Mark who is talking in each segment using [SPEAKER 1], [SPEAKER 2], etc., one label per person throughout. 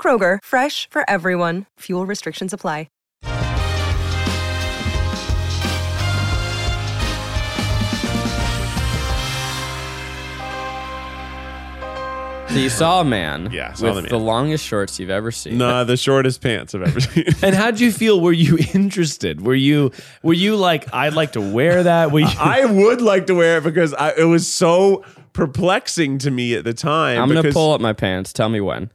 [SPEAKER 1] Kroger, fresh for everyone. Fuel restrictions apply.
[SPEAKER 2] So you saw a man
[SPEAKER 3] Yeah, I saw
[SPEAKER 2] with
[SPEAKER 3] the
[SPEAKER 2] the,
[SPEAKER 3] man.
[SPEAKER 2] longest shorts you've ever seen.
[SPEAKER 3] Nah, the shortest pants I've ever seen.
[SPEAKER 4] And how'd you feel? Were you interested? Were you were you like I'd like to wear that? Were you,
[SPEAKER 3] I would like to wear it because I, it was so perplexing to me at the time.
[SPEAKER 2] I'm going to
[SPEAKER 3] because-
[SPEAKER 2] pull up my pants. Tell me when.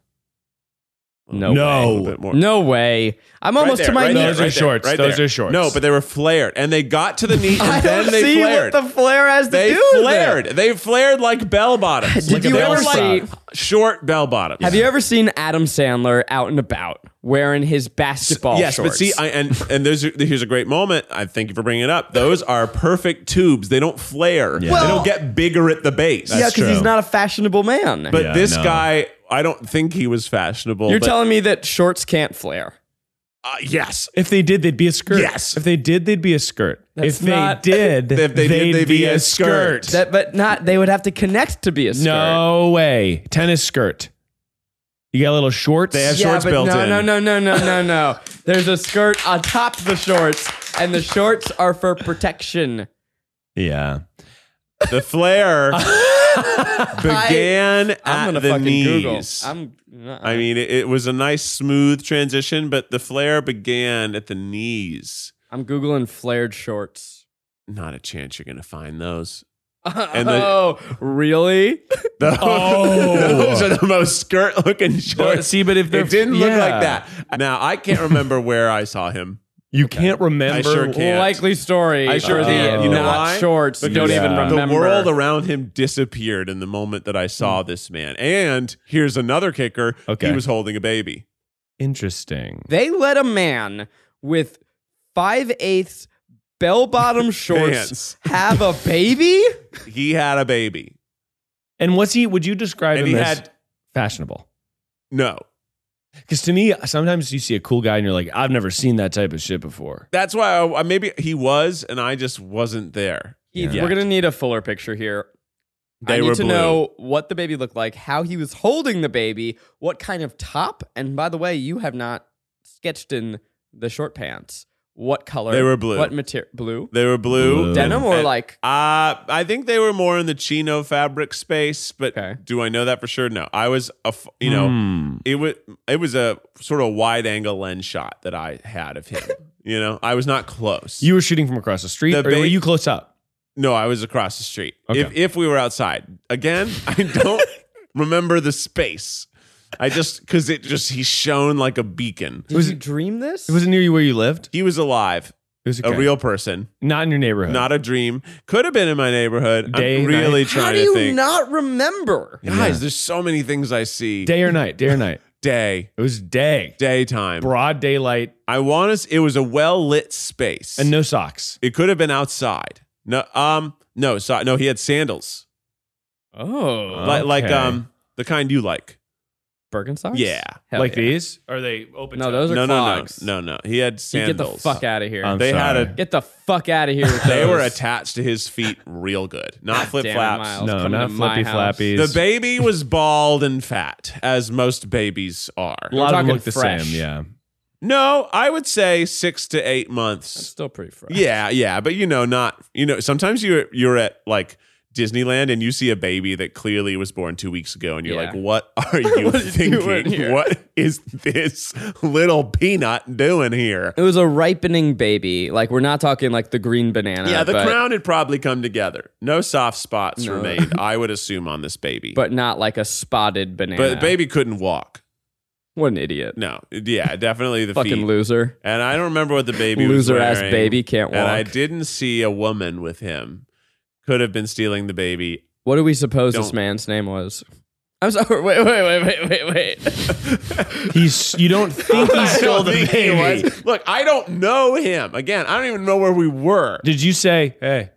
[SPEAKER 2] No.
[SPEAKER 4] No.
[SPEAKER 3] A
[SPEAKER 2] Way.
[SPEAKER 3] little bit more.
[SPEAKER 2] No way. I'm
[SPEAKER 3] Right
[SPEAKER 2] almost
[SPEAKER 3] there,
[SPEAKER 2] to my
[SPEAKER 3] right there,
[SPEAKER 2] knees.
[SPEAKER 4] Those are
[SPEAKER 3] right there,
[SPEAKER 4] shorts.
[SPEAKER 3] right
[SPEAKER 4] Those
[SPEAKER 3] there.
[SPEAKER 4] are shorts.
[SPEAKER 3] No, but they were flared, and they got to the knee, and
[SPEAKER 2] I
[SPEAKER 3] then
[SPEAKER 2] don't
[SPEAKER 3] they
[SPEAKER 2] see
[SPEAKER 3] flared.
[SPEAKER 2] what the flare has to
[SPEAKER 3] they
[SPEAKER 2] do with
[SPEAKER 3] flared.
[SPEAKER 2] it.
[SPEAKER 3] They flared like bell bottoms.
[SPEAKER 2] Did
[SPEAKER 3] Like
[SPEAKER 2] you
[SPEAKER 3] they
[SPEAKER 2] ever
[SPEAKER 3] were
[SPEAKER 2] see-
[SPEAKER 3] like short bell bottoms?
[SPEAKER 2] Have you ever seen Adam Sandler out and about wearing his basketball
[SPEAKER 3] yes,
[SPEAKER 2] shorts?
[SPEAKER 3] but see, I, and and there's here's a great moment. I thank you for bringing it up. Those are perfect tubes. They don't flare. they
[SPEAKER 2] Well-
[SPEAKER 3] don't get bigger at the base.
[SPEAKER 2] yeah,
[SPEAKER 4] That's
[SPEAKER 2] because he's
[SPEAKER 4] true.
[SPEAKER 2] not a fashionable man.
[SPEAKER 3] but
[SPEAKER 4] Yeah,
[SPEAKER 3] this
[SPEAKER 4] no.
[SPEAKER 3] guy, I don't think he was fashionable.
[SPEAKER 2] you're
[SPEAKER 3] but-
[SPEAKER 2] telling me that shorts can't flare.
[SPEAKER 3] uh, yes.
[SPEAKER 4] if they did, they'd be a skirt.
[SPEAKER 3] Yes.
[SPEAKER 4] If they did, they'd be a skirt.
[SPEAKER 2] That's
[SPEAKER 4] if they
[SPEAKER 2] not-
[SPEAKER 4] did,
[SPEAKER 3] If they did, they'd be a skirt.
[SPEAKER 2] That, but not. They would have to connect to be a skirt.
[SPEAKER 4] No way. Tennis skirt. You got little shorts.
[SPEAKER 3] They have
[SPEAKER 2] yeah,
[SPEAKER 3] shorts
[SPEAKER 2] but
[SPEAKER 3] built
[SPEAKER 2] no,
[SPEAKER 3] in.
[SPEAKER 2] No, no, no, no, no, no. There's a skirt on top of the shorts, and the shorts are for protection.
[SPEAKER 4] yeah.
[SPEAKER 3] The flare began at
[SPEAKER 2] I'm gonna
[SPEAKER 3] the
[SPEAKER 2] fucking
[SPEAKER 3] knees.
[SPEAKER 2] Google. I'm. uh, nuh-uh.
[SPEAKER 3] I mean, it, it was a nice, smooth transition, but the flare began at the knees.
[SPEAKER 2] I'm googling flared shorts.
[SPEAKER 3] Not a chance you're going to find those. the-
[SPEAKER 2] oh, really?
[SPEAKER 3] Those,
[SPEAKER 4] Oh.
[SPEAKER 3] those are the most skirt-looking shorts.
[SPEAKER 4] see, but if they're-
[SPEAKER 3] it didn't look
[SPEAKER 4] yeah.
[SPEAKER 3] like that. Now I can't remember where I saw him.
[SPEAKER 4] You can't remember.
[SPEAKER 3] I sure can't.
[SPEAKER 2] Likely story.
[SPEAKER 3] I sure
[SPEAKER 2] for the
[SPEAKER 3] can't. You know
[SPEAKER 2] not
[SPEAKER 3] why?
[SPEAKER 2] shorts. don't
[SPEAKER 4] Yeah.
[SPEAKER 2] even
[SPEAKER 4] the
[SPEAKER 2] remember.
[SPEAKER 3] The world around him disappeared in the moment that I saw this man. And here's another kicker.
[SPEAKER 4] Okay.
[SPEAKER 3] He was holding a baby.
[SPEAKER 4] Interesting.
[SPEAKER 2] They let a man with five eighths bell bottom shorts
[SPEAKER 3] Pants.
[SPEAKER 2] have a baby.
[SPEAKER 3] He had a baby.
[SPEAKER 4] And what's he? Would you describe
[SPEAKER 3] And
[SPEAKER 4] him
[SPEAKER 3] he
[SPEAKER 4] as
[SPEAKER 3] had-
[SPEAKER 4] fashionable?
[SPEAKER 3] No.
[SPEAKER 4] Because to me, sometimes you see a cool guy and you're like, I've never seen that type of shit before.
[SPEAKER 3] That's why I, I- maybe he was, and I just wasn't there.
[SPEAKER 2] Keith,
[SPEAKER 4] Yeah.
[SPEAKER 2] We're gonna need a fuller picture here. I
[SPEAKER 3] They
[SPEAKER 2] need
[SPEAKER 3] were
[SPEAKER 2] to
[SPEAKER 3] blue.
[SPEAKER 2] know what the baby looked like, how he was holding the baby, what kind of top, and by the way, you have not sketched in the short pants. What color?
[SPEAKER 3] They were blue.
[SPEAKER 2] What material? Blue.
[SPEAKER 3] They were blue.
[SPEAKER 4] Blue.
[SPEAKER 2] Denim or
[SPEAKER 3] And-
[SPEAKER 2] like
[SPEAKER 3] Uh, I think they were more in the chino fabric space, but
[SPEAKER 2] Okay.
[SPEAKER 3] do I know that for sure? No. I was a, f- you know,
[SPEAKER 4] Hmm.
[SPEAKER 3] it was it was a sort of wide angle lens shot that I had of him. you know, I was not close.
[SPEAKER 4] you were shooting from across the street,
[SPEAKER 3] The
[SPEAKER 4] or
[SPEAKER 3] ba-
[SPEAKER 4] were you close up?
[SPEAKER 3] No, I was across the street.
[SPEAKER 4] Okay.
[SPEAKER 3] If if we were outside again, I don't remember the space. I just because it just he shone like a beacon.
[SPEAKER 2] Did
[SPEAKER 4] was-
[SPEAKER 2] you dream this?
[SPEAKER 4] It wasn't near you where you lived.
[SPEAKER 3] He was alive,
[SPEAKER 4] It was
[SPEAKER 3] a real person,
[SPEAKER 4] not in your neighborhood.
[SPEAKER 3] not a dream. Could have been in my neighborhood.
[SPEAKER 4] Day,
[SPEAKER 3] I'm really
[SPEAKER 4] night.
[SPEAKER 3] trying
[SPEAKER 2] How do
[SPEAKER 3] to
[SPEAKER 2] you
[SPEAKER 3] think.
[SPEAKER 2] not remember?
[SPEAKER 3] Guys, there's so many things I see.
[SPEAKER 4] day or night. Day or night.
[SPEAKER 3] day
[SPEAKER 4] It was day,
[SPEAKER 3] daytime.
[SPEAKER 4] broad daylight,
[SPEAKER 3] I want us. It was a well lit space,
[SPEAKER 4] and no socks.
[SPEAKER 3] it could have been outside. No, um, no, so, no. He had sandals,
[SPEAKER 2] Oh,
[SPEAKER 3] like like
[SPEAKER 4] Okay.
[SPEAKER 3] um, the kind you like.
[SPEAKER 2] Birkenstocks.
[SPEAKER 3] Yeah.
[SPEAKER 2] Hell
[SPEAKER 4] like
[SPEAKER 2] yeah.
[SPEAKER 4] these? Are they open?
[SPEAKER 2] No,
[SPEAKER 4] top?
[SPEAKER 2] those are
[SPEAKER 3] No, no, no,
[SPEAKER 2] clogs.
[SPEAKER 3] no, no. He had
[SPEAKER 2] You get
[SPEAKER 3] sandals.
[SPEAKER 2] the fuck out of here.
[SPEAKER 4] I'm
[SPEAKER 3] They had
[SPEAKER 4] sorry.
[SPEAKER 3] a-
[SPEAKER 2] get the fuck out of here. With
[SPEAKER 3] They
[SPEAKER 2] those.
[SPEAKER 3] were attached to his feet real good, not
[SPEAKER 2] God
[SPEAKER 3] flip
[SPEAKER 2] damn it,
[SPEAKER 3] flaps.
[SPEAKER 2] Miles.
[SPEAKER 4] no,
[SPEAKER 2] coming
[SPEAKER 4] not
[SPEAKER 2] to my
[SPEAKER 4] flippy
[SPEAKER 2] house.
[SPEAKER 4] flappies.
[SPEAKER 3] The baby was bald and fat, as most babies are.
[SPEAKER 4] a lot
[SPEAKER 2] We're
[SPEAKER 4] of them look
[SPEAKER 2] talking
[SPEAKER 4] the
[SPEAKER 2] fresh.
[SPEAKER 4] same. Yeah,
[SPEAKER 3] No, I would say six to eight
[SPEAKER 2] That's
[SPEAKER 3] months.
[SPEAKER 2] still pretty fresh.
[SPEAKER 3] Yeah, yeah, but you know, not you know. Sometimes you you're at like Disneyland and you see a baby that clearly was born two weeks ago, and you're
[SPEAKER 2] Yeah.
[SPEAKER 3] like, "What are you
[SPEAKER 2] What are you doing
[SPEAKER 3] thinking?
[SPEAKER 2] here?"
[SPEAKER 3] what is this little peanut doing here?"
[SPEAKER 2] It was a ripening baby. Like we're not talking like the green banana.
[SPEAKER 3] Yeah, the
[SPEAKER 2] Uh, but,
[SPEAKER 3] crown had probably come together. No soft spots
[SPEAKER 2] No.
[SPEAKER 3] remained, I would assume, on this baby.
[SPEAKER 2] but not like a spotted banana.
[SPEAKER 3] but the baby couldn't walk.
[SPEAKER 2] what an idiot!
[SPEAKER 3] No, yeah, definitely the
[SPEAKER 2] Fucking
[SPEAKER 3] feet.
[SPEAKER 2] loser.
[SPEAKER 3] And I don't remember what the baby was
[SPEAKER 2] Loser ass
[SPEAKER 3] wearing,
[SPEAKER 2] baby can't walk.
[SPEAKER 3] And I didn't see a woman with him. Could have been stealing the baby.
[SPEAKER 2] What do we suppose this
[SPEAKER 3] Don't-
[SPEAKER 2] man's name was? I'm sorry. Wait, wait, wait, wait, wait, wait.
[SPEAKER 4] He's you don't think he
[SPEAKER 3] I
[SPEAKER 4] stole
[SPEAKER 3] don't
[SPEAKER 4] the
[SPEAKER 3] think he
[SPEAKER 4] baby.
[SPEAKER 3] was. Look, I don't know him. Again, I don't even know where we were.
[SPEAKER 4] Did you say, hey,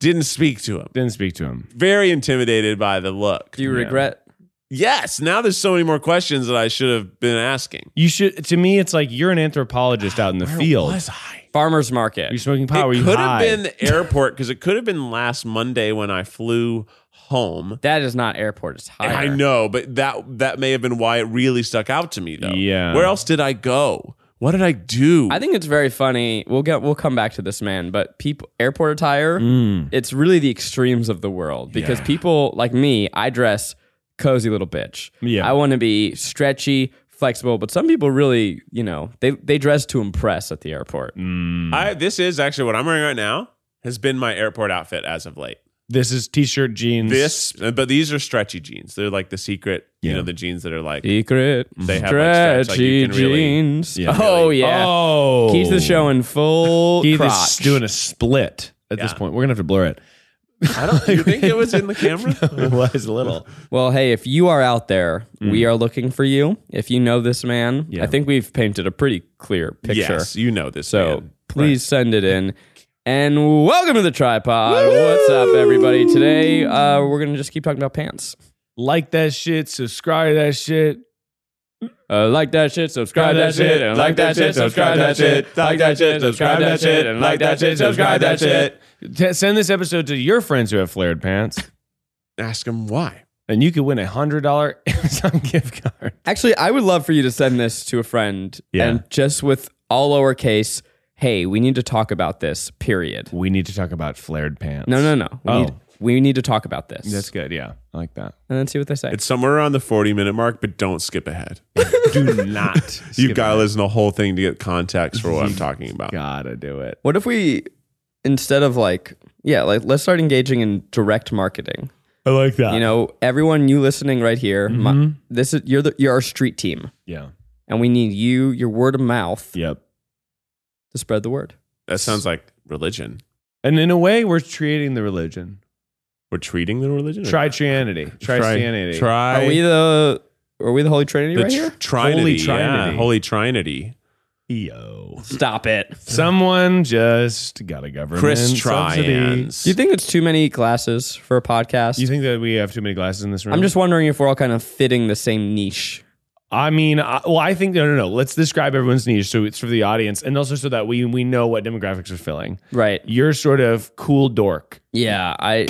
[SPEAKER 3] Didn't speak to him.
[SPEAKER 4] didn't speak to him?
[SPEAKER 3] Very intimidated by the look.
[SPEAKER 2] Do you
[SPEAKER 4] Yeah.
[SPEAKER 2] regret?
[SPEAKER 3] Yes. Now there's so many more questions that I should have been asking.
[SPEAKER 4] You should to me it's like you're an anthropologist out in the
[SPEAKER 3] Where
[SPEAKER 4] field.
[SPEAKER 3] was I?
[SPEAKER 2] Farmer's
[SPEAKER 4] You're
[SPEAKER 2] market.
[SPEAKER 4] smoking pot, were
[SPEAKER 3] it
[SPEAKER 4] you
[SPEAKER 3] could
[SPEAKER 4] high?
[SPEAKER 3] have been the airport because it could have been last Monday when I flew home.
[SPEAKER 2] That is not airport. It's higher.
[SPEAKER 3] I know, but that that may have been why it really stuck out to me though.
[SPEAKER 4] Yeah.
[SPEAKER 3] Where else did I go? What did I do?
[SPEAKER 2] I think it's very funny. We'll get we'll come back to this man, but people airport attire,
[SPEAKER 4] Mm.
[SPEAKER 2] it's really the extremes of the world because
[SPEAKER 3] Yeah.
[SPEAKER 2] people like me, I dress cozy little bitch.
[SPEAKER 4] Yeah.
[SPEAKER 2] I want to be stretchy, flexible, but some people really, you know, they they dress to impress at the airport.
[SPEAKER 4] Mm.
[SPEAKER 3] I this is actually what I'm wearing right now has been my airport outfit as of late.
[SPEAKER 4] this is t-shirt jeans.
[SPEAKER 3] This, but these are stretchy jeans. They're like the secret, you
[SPEAKER 4] Yeah.
[SPEAKER 3] know, the jeans that are like
[SPEAKER 2] Secret
[SPEAKER 3] They have, like,
[SPEAKER 2] stretchy
[SPEAKER 3] stretch, like, you can really-
[SPEAKER 2] jeans.
[SPEAKER 4] Yeah.
[SPEAKER 2] Oh yeah.
[SPEAKER 4] Oh.
[SPEAKER 2] Keeps the show in full
[SPEAKER 4] Keith
[SPEAKER 2] crotch.
[SPEAKER 4] is doing a split at this
[SPEAKER 3] Yeah.
[SPEAKER 4] point. We're gonna have to blur it.
[SPEAKER 3] I don't. You think it was in the camera?
[SPEAKER 4] it was a little.
[SPEAKER 2] Well, hey, if you are out there, we are looking for you. If you know this man,
[SPEAKER 4] Yeah.
[SPEAKER 2] I think we've painted a pretty clear picture.
[SPEAKER 3] Yes, you know this.
[SPEAKER 2] So
[SPEAKER 3] man.
[SPEAKER 2] please send it in. And welcome to the tripod. What's up, everybody? Today, uh, we're going to just keep talking about pants.
[SPEAKER 4] Like that shit, subscribe to that shit.
[SPEAKER 2] Uh, like that shit, subscribe that shit, and like that shit, subscribe that shit, like that shit, subscribe that shit, and like that shit, subscribe that shit.
[SPEAKER 4] T- send this episode to your friends who have flared pants,
[SPEAKER 3] ask him why.
[SPEAKER 4] and you could win a hundred dollar Amazon gift card.
[SPEAKER 2] Actually, I would love for you to send this to a friend
[SPEAKER 4] Yeah.
[SPEAKER 2] and just with all lowercase, hey, we need to talk about this, period.
[SPEAKER 4] We need to talk about flared pants.
[SPEAKER 2] No, no, no. We,
[SPEAKER 4] Oh.
[SPEAKER 2] need, we need to talk about this.
[SPEAKER 4] that's good. Yeah, I like that.
[SPEAKER 2] and then see what they say.
[SPEAKER 3] It's somewhere around the 40 minute mark, but don't skip ahead.
[SPEAKER 4] Do not.
[SPEAKER 3] You've got to listen to the whole thing to get context for what I'm talking about.
[SPEAKER 4] Gotta do it.
[SPEAKER 2] What if we instead of like yeah, like let's start engaging in direct marketing.
[SPEAKER 4] I like that.
[SPEAKER 2] You know, everyone you listening right here, my, this is you're the, you're our street team
[SPEAKER 4] Yeah.
[SPEAKER 2] and we need you your word of mouth
[SPEAKER 4] Yep.
[SPEAKER 2] to spread the word.
[SPEAKER 3] That sounds like religion.
[SPEAKER 4] And in a way, we're creating the religion.
[SPEAKER 3] We're treating the religion.
[SPEAKER 4] Tritrianity. Tristianity.
[SPEAKER 3] Try.
[SPEAKER 2] are we the are we the Holy Trinity
[SPEAKER 3] the
[SPEAKER 2] right
[SPEAKER 3] tr-
[SPEAKER 2] here?
[SPEAKER 3] Trinity,
[SPEAKER 4] Holy
[SPEAKER 3] Holy
[SPEAKER 4] Trinity.
[SPEAKER 3] Trinity. Holy Trinity.
[SPEAKER 4] Yo.
[SPEAKER 2] Stop it.
[SPEAKER 4] Someone just got a government
[SPEAKER 3] Chris
[SPEAKER 4] subsidy.
[SPEAKER 3] Tryans.
[SPEAKER 2] Do you think it's too many glasses for a podcast?
[SPEAKER 4] You think that we have too many glasses in this room?
[SPEAKER 2] I'm just wondering if we're all kind of fitting the same niche.
[SPEAKER 4] I mean, I, well, I think no, no, no. Let's describe everyone's niche so it's for the audience, and also so that we we know what demographics are filling.
[SPEAKER 2] Right.
[SPEAKER 4] You're sort of cool dork
[SPEAKER 2] Yeah, I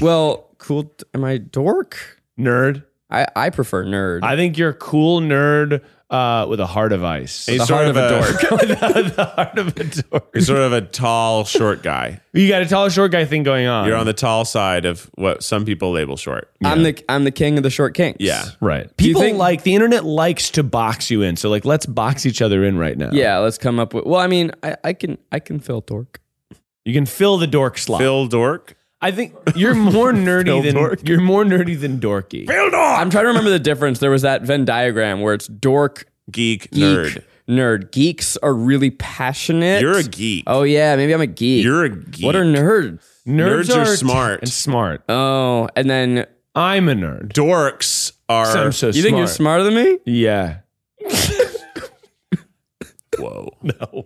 [SPEAKER 2] Well, cool am I dork?
[SPEAKER 4] nerd.
[SPEAKER 2] I I prefer nerd.
[SPEAKER 4] I think you're a cool nerd uh, with a heart of ice.
[SPEAKER 3] He's
[SPEAKER 2] the
[SPEAKER 3] sort
[SPEAKER 2] heart
[SPEAKER 3] of
[SPEAKER 2] of a
[SPEAKER 3] a-
[SPEAKER 2] dork.
[SPEAKER 4] the heart of a dork.
[SPEAKER 3] You're sort of a tall, short guy.
[SPEAKER 4] You got a tall, short guy thing going on.
[SPEAKER 3] You're on the tall side of what some people label short.
[SPEAKER 2] I'm the I'm the king of the short kings.
[SPEAKER 3] Yeah.
[SPEAKER 4] right.
[SPEAKER 2] Do you
[SPEAKER 4] People
[SPEAKER 2] think-
[SPEAKER 4] like the internet likes to box you in. So like, let's box each other in right now.
[SPEAKER 2] Yeah, let's come up with well, I mean, I, I can I can fill dork.
[SPEAKER 4] you can fill the dork slot.
[SPEAKER 3] Phil Dork.
[SPEAKER 4] I think you're more nerdy
[SPEAKER 3] Fill
[SPEAKER 4] than
[SPEAKER 3] dork.
[SPEAKER 4] you're more nerdy than dorky.
[SPEAKER 3] Phil Dork.
[SPEAKER 2] I'm trying to remember the difference. There was that Venn diagram where it's dork,
[SPEAKER 3] Geek,
[SPEAKER 2] geek,
[SPEAKER 3] nerd.
[SPEAKER 2] nerd. Geeks are really passionate.
[SPEAKER 3] You're a geek.
[SPEAKER 2] Oh yeah, maybe I'm a geek.
[SPEAKER 3] You're a geek.
[SPEAKER 2] What are nerds?
[SPEAKER 4] Nerds,
[SPEAKER 3] Nerds are smart.
[SPEAKER 4] and smart.
[SPEAKER 2] Oh, and then
[SPEAKER 4] I'm a nerd.
[SPEAKER 3] dorks are?
[SPEAKER 4] I'm so
[SPEAKER 2] you think you're smarter than me?
[SPEAKER 4] Yeah.
[SPEAKER 3] Whoa.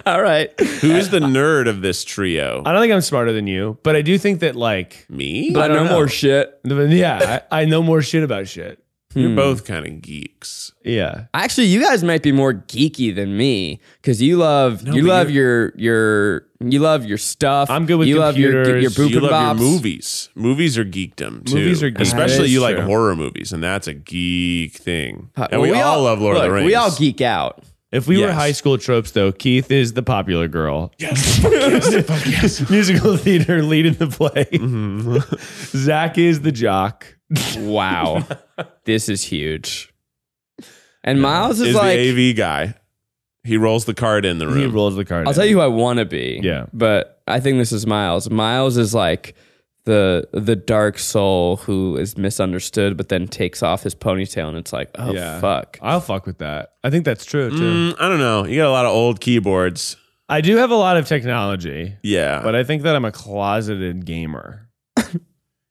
[SPEAKER 2] All right.
[SPEAKER 3] Who's the nerd of this trio?
[SPEAKER 4] I don't think I'm smarter than you, but I do think that like
[SPEAKER 3] Me?
[SPEAKER 2] But I know
[SPEAKER 4] know.
[SPEAKER 2] more shit.
[SPEAKER 4] yeah, I, I know more shit about shit.
[SPEAKER 3] You're
[SPEAKER 2] Hmm.
[SPEAKER 3] both kind of geeks.
[SPEAKER 4] Yeah.
[SPEAKER 2] Actually, you guys might be more geeky than me because you love you
[SPEAKER 3] but
[SPEAKER 2] love your your you love your stuff.
[SPEAKER 4] I'm good with
[SPEAKER 2] you love your
[SPEAKER 4] computers.
[SPEAKER 2] your boop
[SPEAKER 3] you
[SPEAKER 2] and
[SPEAKER 3] love
[SPEAKER 2] bops.
[SPEAKER 3] your movies. Movies are geekdom too.
[SPEAKER 4] Movies are geekdom.
[SPEAKER 2] That
[SPEAKER 3] Especially
[SPEAKER 2] is
[SPEAKER 3] you like
[SPEAKER 2] true.
[SPEAKER 3] horror movies, and that's a geek thing.
[SPEAKER 2] Uh,
[SPEAKER 3] and
[SPEAKER 2] well,
[SPEAKER 3] we, all, love Lord of the
[SPEAKER 2] look,
[SPEAKER 3] Rings.
[SPEAKER 2] We all geek out.
[SPEAKER 4] If we were
[SPEAKER 3] Yes.
[SPEAKER 4] high school tropes though, Keith is the popular girl.
[SPEAKER 3] Yes, fuck yes, fuck yes.
[SPEAKER 4] Musical theater lead in the play. Mm-hmm. Zach is the jock.
[SPEAKER 2] Wow. this is huge. And Miles is,
[SPEAKER 3] Is
[SPEAKER 2] like,
[SPEAKER 3] the AV guy? He rolls the card in the
[SPEAKER 4] He
[SPEAKER 3] room.
[SPEAKER 4] rolls the card.
[SPEAKER 2] I'll
[SPEAKER 4] in.
[SPEAKER 2] tell you who I want to be.
[SPEAKER 4] Yeah.
[SPEAKER 2] But I think this is Miles. Miles is like the the dark soul who is misunderstood but then takes off his ponytail and it's like, oh
[SPEAKER 4] Yeah.
[SPEAKER 2] fuck.
[SPEAKER 4] I'll fuck with that. I think that's true too.
[SPEAKER 3] Mm, I don't know. You got a lot of old keyboards.
[SPEAKER 4] I do have a lot of technology,
[SPEAKER 3] Yeah,
[SPEAKER 4] but I think that I'm a closeted gamer.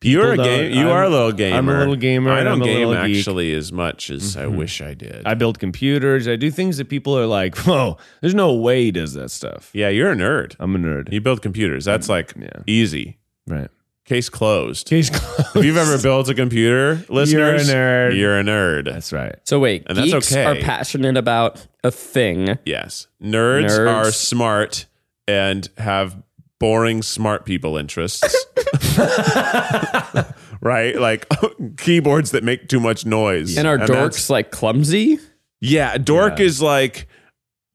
[SPEAKER 4] people
[SPEAKER 3] You're a
[SPEAKER 4] don't-
[SPEAKER 3] game. You
[SPEAKER 4] I'm-
[SPEAKER 3] are a little gamer.
[SPEAKER 4] I'm a little gamer.
[SPEAKER 3] I
[SPEAKER 4] and
[SPEAKER 3] don't
[SPEAKER 4] I'm a
[SPEAKER 3] game
[SPEAKER 4] little geek. Mm-hmm.
[SPEAKER 3] actually as much as I wish I did.
[SPEAKER 4] I build computers. I do things that people are like, "Whoa, there's no way he does that stuff."
[SPEAKER 3] yeah, you're a nerd.
[SPEAKER 4] I'm a nerd.
[SPEAKER 3] You build computers. That's like
[SPEAKER 4] Yeah.
[SPEAKER 3] easy.
[SPEAKER 4] Right.
[SPEAKER 3] Case closed.
[SPEAKER 4] Case closed.
[SPEAKER 3] If you've ever built a computer, listeners,
[SPEAKER 4] nerd.
[SPEAKER 3] You're a nerd.
[SPEAKER 4] That's right.
[SPEAKER 2] So wait,
[SPEAKER 3] And that's
[SPEAKER 2] geeks are
[SPEAKER 3] okay.
[SPEAKER 2] passionate about a thing.
[SPEAKER 3] yes. Nerds,
[SPEAKER 2] Nerds.
[SPEAKER 3] are smart and have boring smart people interests. right? Like keyboards that make too much noise.
[SPEAKER 2] And are
[SPEAKER 3] that's-
[SPEAKER 2] dorks like clumsy?
[SPEAKER 3] Yeah, dork is like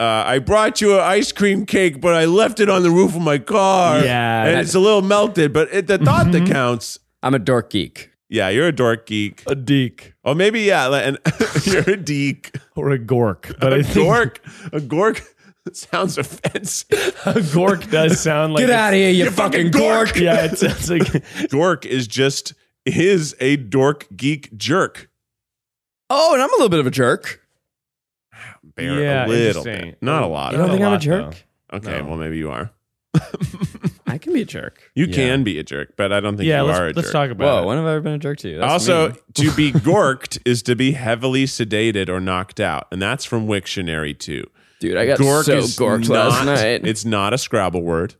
[SPEAKER 3] uh, I brought you an ice cream cake, but I left it on the roof of my car.
[SPEAKER 4] Yeah.
[SPEAKER 3] and it's a little melted, but it, the thought that counts.
[SPEAKER 2] I'm a dork geek.
[SPEAKER 3] Yeah, you're a dork geek,
[SPEAKER 4] A deek
[SPEAKER 3] or maybe yeah, like, and you're a deek.
[SPEAKER 4] or a gork, but
[SPEAKER 3] a
[SPEAKER 4] I think
[SPEAKER 3] gork, a gork sounds offensive.
[SPEAKER 4] a gork does sound like
[SPEAKER 2] Get out of here, you, fucking dork.
[SPEAKER 4] Yeah, it sounds like
[SPEAKER 3] dork is just is a dork geek jerk.
[SPEAKER 2] Oh, and I'm a little bit of a jerk.
[SPEAKER 3] Bare
[SPEAKER 4] Yeah,
[SPEAKER 3] a little
[SPEAKER 4] interesting. Oh,
[SPEAKER 3] bit, not a lot.
[SPEAKER 2] You don't
[SPEAKER 4] a
[SPEAKER 2] think I'm a
[SPEAKER 4] lot,
[SPEAKER 2] jerk?
[SPEAKER 3] though. okay,
[SPEAKER 4] No.
[SPEAKER 3] well maybe you are.
[SPEAKER 2] I can be a jerk.
[SPEAKER 3] You
[SPEAKER 4] Yeah.
[SPEAKER 3] can be a jerk, but I don't think
[SPEAKER 4] yeah.
[SPEAKER 3] you
[SPEAKER 4] Let's,
[SPEAKER 3] are a jerk.
[SPEAKER 4] let's talk
[SPEAKER 2] Whoa,
[SPEAKER 4] about
[SPEAKER 2] when have I ever been a jerk to you? That's
[SPEAKER 3] also,
[SPEAKER 2] mean.
[SPEAKER 3] to be gorked is to be heavily sedated or knocked out, and that's from Wiktionary too.
[SPEAKER 2] dude, I got so gorked last night.
[SPEAKER 3] It's not a Scrabble word.
[SPEAKER 4] it.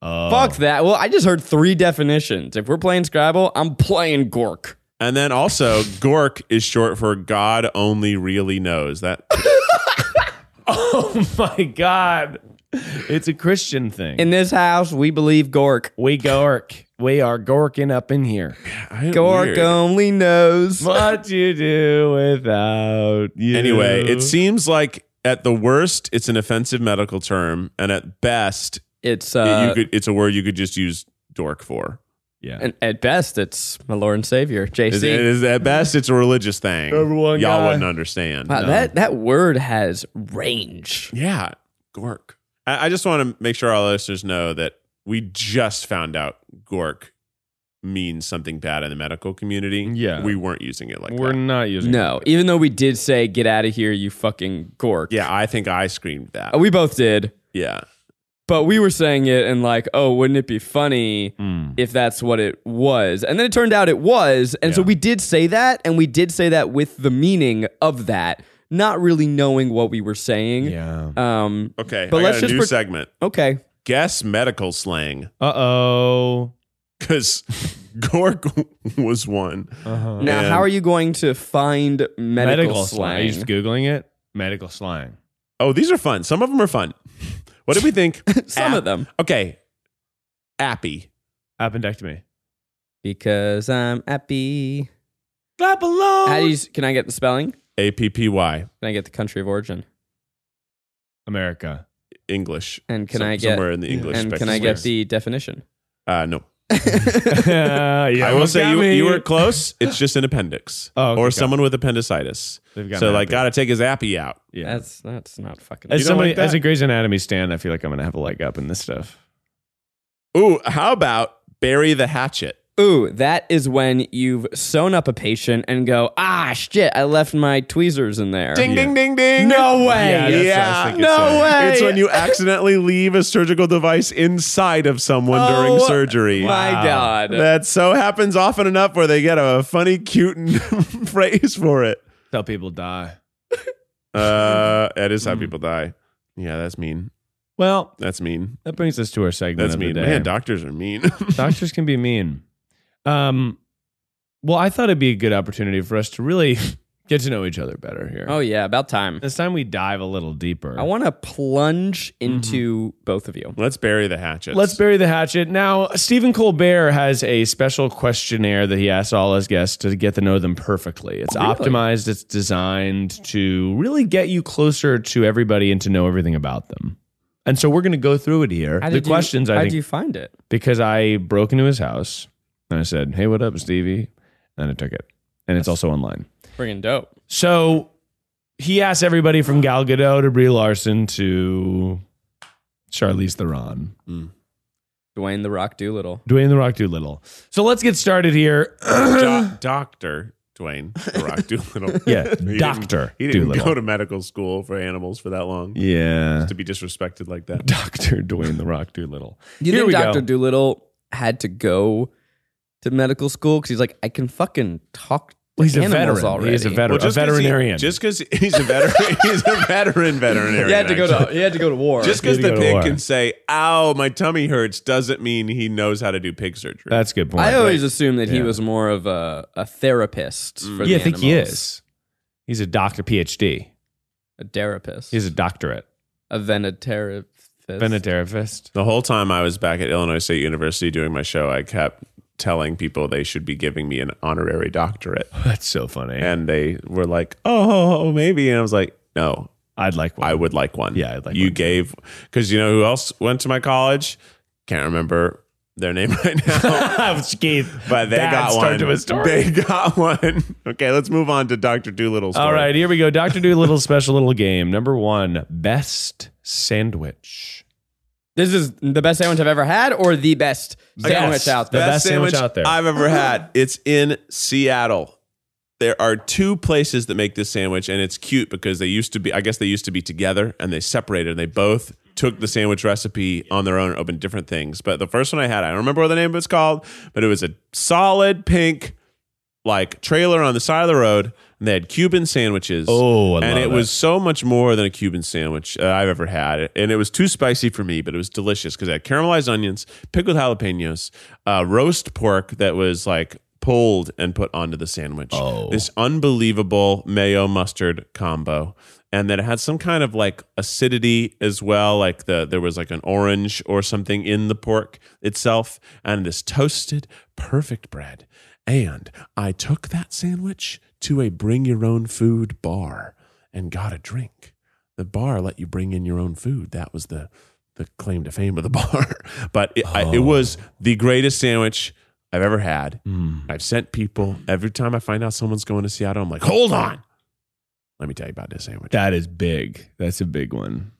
[SPEAKER 4] Oh.
[SPEAKER 2] Fuck that. Well, I just heard three definitions. If we're playing Scrabble, I'm playing gork.
[SPEAKER 3] And then also, gork is short for God only really knows. That
[SPEAKER 4] Oh my god, it's a Christian thing.
[SPEAKER 2] In this house, we believe gork.
[SPEAKER 4] we gork. We are gorking up in here.
[SPEAKER 3] I-
[SPEAKER 2] Gork
[SPEAKER 3] weird.
[SPEAKER 2] only knows.
[SPEAKER 4] What you do without you?
[SPEAKER 3] Anyway, it seems like at the worst, it's an offensive medical term, and at best,
[SPEAKER 2] It's
[SPEAKER 3] it-
[SPEAKER 2] uh,
[SPEAKER 3] you could it's a word you could just use dork for.
[SPEAKER 4] yeah.
[SPEAKER 2] and at best, it's my Lord and Savior, JC.
[SPEAKER 3] Is, is- at best, it's a religious thing.
[SPEAKER 4] Everyone
[SPEAKER 3] Y'all
[SPEAKER 4] guy.
[SPEAKER 3] wouldn't understand.
[SPEAKER 2] Wow, that that word has range.
[SPEAKER 3] Yeah, Gork. I, I just want to make sure our listeners know that we just found out Gork means something bad in the medical community.
[SPEAKER 4] Yeah.
[SPEAKER 3] we weren't using it like
[SPEAKER 4] We're
[SPEAKER 3] that.
[SPEAKER 4] not using.
[SPEAKER 2] No, even though we did say "get out of here, you fucking gork."
[SPEAKER 3] Yeah, I think I screamed that.
[SPEAKER 2] Uh, we both did,
[SPEAKER 3] yeah,
[SPEAKER 2] but we were saying it and like, oh, wouldn't it be funny
[SPEAKER 4] Hmm.
[SPEAKER 2] if that's what it was? And then it turned out it was, and so we did say that, and we did say that with the meaning of that, not really knowing what we were saying.
[SPEAKER 4] Yeah.
[SPEAKER 2] Um.
[SPEAKER 3] okay.
[SPEAKER 2] But
[SPEAKER 3] I
[SPEAKER 2] let's
[SPEAKER 3] got a
[SPEAKER 2] just
[SPEAKER 3] new
[SPEAKER 2] pre-
[SPEAKER 3] segment.
[SPEAKER 2] Okay.
[SPEAKER 3] Guess medical slang
[SPEAKER 4] Uh oh.
[SPEAKER 3] because Gork was one.
[SPEAKER 4] Uh-huh.
[SPEAKER 2] Now,
[SPEAKER 3] And-
[SPEAKER 2] how are you going to find medical,
[SPEAKER 4] Are
[SPEAKER 2] slang?
[SPEAKER 4] you just googling it? Medical slang.
[SPEAKER 3] Oh, these are fun. Some of them are fun. What did we think?
[SPEAKER 2] Some
[SPEAKER 3] App-
[SPEAKER 2] of them,
[SPEAKER 3] Okay, appy.
[SPEAKER 4] Appendectomy.
[SPEAKER 2] because I'm happy.
[SPEAKER 4] Clap along.
[SPEAKER 2] How do you, s- can I get the spelling?
[SPEAKER 3] A P P Y
[SPEAKER 2] Can I get the country of origin?
[SPEAKER 4] America.
[SPEAKER 3] English.
[SPEAKER 2] And can
[SPEAKER 3] Some-
[SPEAKER 2] I get
[SPEAKER 3] somewhere in the
[SPEAKER 4] yeah.
[SPEAKER 3] English?
[SPEAKER 2] and can I
[SPEAKER 3] spectrum.
[SPEAKER 2] get the definition?
[SPEAKER 3] Uh, no.
[SPEAKER 4] yeah,
[SPEAKER 3] I will say you, you were close. It's just an appendix
[SPEAKER 4] Oh, okay,
[SPEAKER 3] or
[SPEAKER 4] got
[SPEAKER 3] someone with appendicitis.
[SPEAKER 4] They've got
[SPEAKER 3] so
[SPEAKER 4] an
[SPEAKER 3] like,
[SPEAKER 4] appy.
[SPEAKER 3] gotta take his appy out.
[SPEAKER 4] Yeah.
[SPEAKER 2] That's that's not fucking.
[SPEAKER 4] As
[SPEAKER 3] You don't
[SPEAKER 4] somebody,
[SPEAKER 3] like that?
[SPEAKER 4] as a Grey's Anatomy stand, I feel like I'm gonna have a leg up in this stuff.
[SPEAKER 3] Ooh, how about bury the hatchet?
[SPEAKER 2] Ooh, that is when you've sewn up a patient and go, ah, shit, I left my tweezers in there.
[SPEAKER 3] Ding ding ding ding.
[SPEAKER 2] No way.
[SPEAKER 4] Yeah, that's what I was
[SPEAKER 3] Yeah.
[SPEAKER 4] thinking,
[SPEAKER 2] No
[SPEAKER 4] so.
[SPEAKER 2] way.
[SPEAKER 3] It's when you accidentally leave a surgical device inside of someone during
[SPEAKER 2] Oh,
[SPEAKER 3] surgery.
[SPEAKER 2] My
[SPEAKER 4] Wow.
[SPEAKER 2] God.
[SPEAKER 3] That so happens often enough where they get a funny, cute phrase for it.
[SPEAKER 4] Tell people die.
[SPEAKER 3] Uh, that is
[SPEAKER 4] Hmm.
[SPEAKER 3] how people die. Yeah, that's mean.
[SPEAKER 4] Well,
[SPEAKER 3] That's mean.
[SPEAKER 4] that brings us to our segment.
[SPEAKER 3] That's
[SPEAKER 4] of the
[SPEAKER 3] mean.
[SPEAKER 4] day.
[SPEAKER 3] Man, doctors are mean.
[SPEAKER 4] Doctors can be mean. Um, well, I thought it'd be a good opportunity for us to really get to know each other better here.
[SPEAKER 2] oh yeah, about time.
[SPEAKER 4] This time we dive a little deeper.
[SPEAKER 2] I want to plunge
[SPEAKER 3] Mm-hmm.
[SPEAKER 2] into both of you.
[SPEAKER 3] Let's bury the hatchet.
[SPEAKER 4] Let's bury the hatchet. Now, Stephen Colbert has a special questionnaire that he asks all his guests to get to know them perfectly. It's optimized, it's designed to really get you closer to everybody and to know everything about them. And so we're going to go through it here.
[SPEAKER 2] How
[SPEAKER 4] the
[SPEAKER 2] did you-
[SPEAKER 4] questions, I
[SPEAKER 2] How'd
[SPEAKER 4] think,
[SPEAKER 2] you find it?
[SPEAKER 4] because I broke into his house and I said, Hey, what up, Stevie? And I took it. And it's also online.
[SPEAKER 2] Friggin' dope.
[SPEAKER 4] So he asked everybody from Gal Gadot to Brie Larson to Charlize Theron.
[SPEAKER 2] Dwayne the Rock Doolittle.
[SPEAKER 4] Dwayne the Rock Doolittle. So let's get started here.
[SPEAKER 3] Do- Doctor Dwayne The Rock Doolittle.
[SPEAKER 4] Yeah,
[SPEAKER 3] didn't-
[SPEAKER 4] Doctor
[SPEAKER 3] He didn't
[SPEAKER 4] Doolittle.
[SPEAKER 3] go to medical school for animals for that long
[SPEAKER 4] yeah,
[SPEAKER 3] to be disrespected like that.
[SPEAKER 4] Doctor Dwayne the Rock Doolittle.
[SPEAKER 2] Do you
[SPEAKER 4] Here
[SPEAKER 2] think
[SPEAKER 4] we
[SPEAKER 2] Doctor
[SPEAKER 4] go.
[SPEAKER 2] Doolittle had to go to medical school because he's like, I can fucking talk. To
[SPEAKER 4] Well, he's a
[SPEAKER 2] animals
[SPEAKER 4] veteran.
[SPEAKER 2] Already.
[SPEAKER 4] He is a veteran. a
[SPEAKER 3] 'cause he-
[SPEAKER 4] veterinarian.
[SPEAKER 3] just because he's a veteran, he's a veteran veterinarian.
[SPEAKER 2] He had to go
[SPEAKER 3] actually.
[SPEAKER 2] to. He had to go to war.
[SPEAKER 3] Just
[SPEAKER 4] He had
[SPEAKER 3] because
[SPEAKER 4] to
[SPEAKER 3] the
[SPEAKER 4] go to
[SPEAKER 3] pig
[SPEAKER 4] war.
[SPEAKER 3] can say "ow, my tummy hurts" doesn't mean he knows how to do pig surgery.
[SPEAKER 4] That's a good point.
[SPEAKER 2] I always assumed that he
[SPEAKER 4] Yeah. Mm.
[SPEAKER 2] was more of a, a therapist. For
[SPEAKER 4] yeah, I
[SPEAKER 2] the
[SPEAKER 4] think he
[SPEAKER 2] animals.
[SPEAKER 4] is. He's a doctor, PhD.
[SPEAKER 2] a therapist.
[SPEAKER 4] He's a doctorate.
[SPEAKER 2] a venetherapist.
[SPEAKER 4] Been a therapist.
[SPEAKER 3] the whole time I was back at Illinois State University doing my show, I kept telling people they should be giving me an honorary doctorate,
[SPEAKER 4] That's so funny.
[SPEAKER 3] and they were like, "Oh, maybe," and I was like, "No,
[SPEAKER 4] I'd like one.
[SPEAKER 3] I would like one.
[SPEAKER 4] Yeah, I'd like
[SPEAKER 3] you
[SPEAKER 4] one.
[SPEAKER 3] gave because you know who else went to my college? Can't remember their name right now.
[SPEAKER 4] Keith,
[SPEAKER 3] But they
[SPEAKER 4] bad
[SPEAKER 3] got
[SPEAKER 4] start
[SPEAKER 3] one.
[SPEAKER 4] to a story.
[SPEAKER 3] They got one. Okay, let's move on to Doctor Doolittle's.
[SPEAKER 4] All
[SPEAKER 3] story.
[SPEAKER 4] right, here we go. Doctor Doolittle special little game number one: best sandwich.
[SPEAKER 2] This is the best sandwich I've ever had, or the best sandwich
[SPEAKER 4] Yes.
[SPEAKER 2] out
[SPEAKER 4] The
[SPEAKER 2] there.
[SPEAKER 4] best sandwich out there.
[SPEAKER 3] I've ever had. It's in Seattle. There are two places that make this sandwich, and it's cute because they used to be. I guess they used to be together, and they separated. And they both took the sandwich recipe on their own and opened different things. But the first one I had, I don't remember what the name was called, but it was a solid pink like trailer on the side of the road, and they had Cuban sandwiches.
[SPEAKER 4] Oh, I
[SPEAKER 3] and
[SPEAKER 4] love
[SPEAKER 3] it
[SPEAKER 4] that.
[SPEAKER 3] was so much more than a Cuban sandwich uh, I've ever had, and it was too spicy for me, but it was delicious because it had caramelized onions, pickled jalapenos, uh, roast pork that was like pulled and put onto the sandwich.
[SPEAKER 4] Oh.
[SPEAKER 3] This unbelievable mayo mustard combo. And then it had some kind of like acidity as well, like the there was like an orange or something in the pork itself, and this toasted perfect bread. And I took that sandwich to a bring your own food bar and got a drink. The bar let you bring in your own food. That was the the claim to fame of the bar. But it, I, it was the greatest sandwich I've ever had.
[SPEAKER 4] Mm.
[SPEAKER 3] I've sent people every time I find out someone's going to Seattle. I'm like, hold on, let me tell you about this sandwich.
[SPEAKER 4] That is big. That's a big one.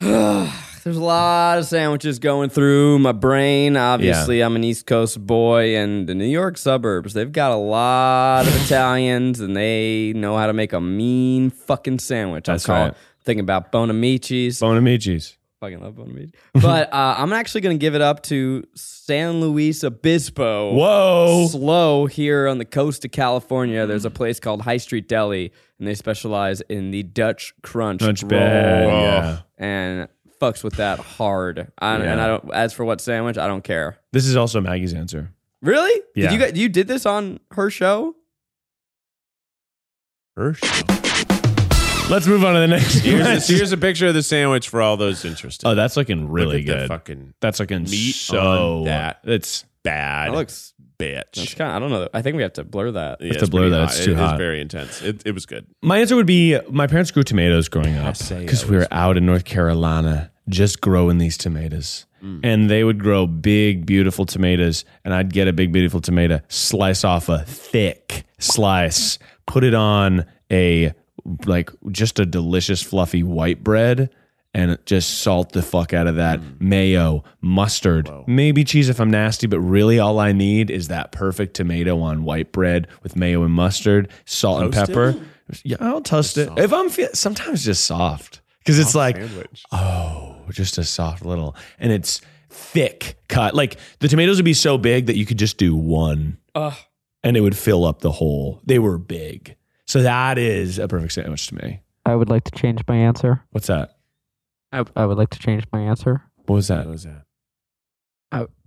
[SPEAKER 2] There's a lot of sandwiches going through my brain. Obviously, I'm an East Coast boy, and the New York suburbs, they've got a lot of Italians, and they know how to make a mean fucking sandwich.
[SPEAKER 4] That's
[SPEAKER 2] I'm calling-
[SPEAKER 4] right.
[SPEAKER 2] thinking about Bonamici's.
[SPEAKER 4] Bonamici's.
[SPEAKER 2] Fucking love Bonamici. but uh, I'm actually going to give it up to San Luis Obispo.
[SPEAKER 4] Whoa.
[SPEAKER 2] slow here on the coast of California. There's a place called High Street Deli, and they specialize in the Dutch crunch
[SPEAKER 4] Crunch
[SPEAKER 2] roll,
[SPEAKER 4] bag, yeah.
[SPEAKER 2] and fucks with that hard. I, And I don't. As for what sandwich, I don't care.
[SPEAKER 4] This is also Maggie's answer.
[SPEAKER 2] Really?
[SPEAKER 4] Yeah.
[SPEAKER 2] Did you guys, you did this on her show?
[SPEAKER 4] Let's move on to the next.
[SPEAKER 3] Here's a,
[SPEAKER 4] question.
[SPEAKER 3] here's a picture of the sandwich for all those interested.
[SPEAKER 4] oh, that's looking really
[SPEAKER 3] Look at the
[SPEAKER 4] good.
[SPEAKER 3] fucking
[SPEAKER 4] that's looking
[SPEAKER 3] meat
[SPEAKER 4] so.
[SPEAKER 3] on that.
[SPEAKER 4] It's
[SPEAKER 3] bad
[SPEAKER 2] That looks. That's
[SPEAKER 3] bitch.
[SPEAKER 2] kind of. I don't know. I think we have to blur that.
[SPEAKER 3] Yeah,
[SPEAKER 4] It's to blur
[SPEAKER 3] pretty
[SPEAKER 4] that, it's too
[SPEAKER 3] it is
[SPEAKER 4] hot.
[SPEAKER 3] very intense. It, it was good.
[SPEAKER 4] my answer would be my parents grew tomatoes growing up
[SPEAKER 3] say
[SPEAKER 4] because we were out in North Carolina just growing these tomatoes. And they would grow big, beautiful tomatoes, and I'd get a big, beautiful tomato, slice off a thick slice, put it on a like just a delicious, fluffy white bread, and just salt the fuck out of that mayo, mustard, maybe cheese if I'm nasty, but really all I need is that perfect tomato on white bread with mayo and mustard, salt and pepper. Yeah, Mm. I'll toast it. If I'm feel, sometimes just soft because it's like oh, just a soft little, and it's thick cut. Like the tomatoes would be so big that you could just do one,
[SPEAKER 2] Ugh.
[SPEAKER 4] and it would fill up the whole. They were big, so that is a perfect sandwich to me.
[SPEAKER 5] I would like to change my answer.
[SPEAKER 4] What's that?
[SPEAKER 5] I, I would like to change my answer.
[SPEAKER 4] What was that?
[SPEAKER 3] was that?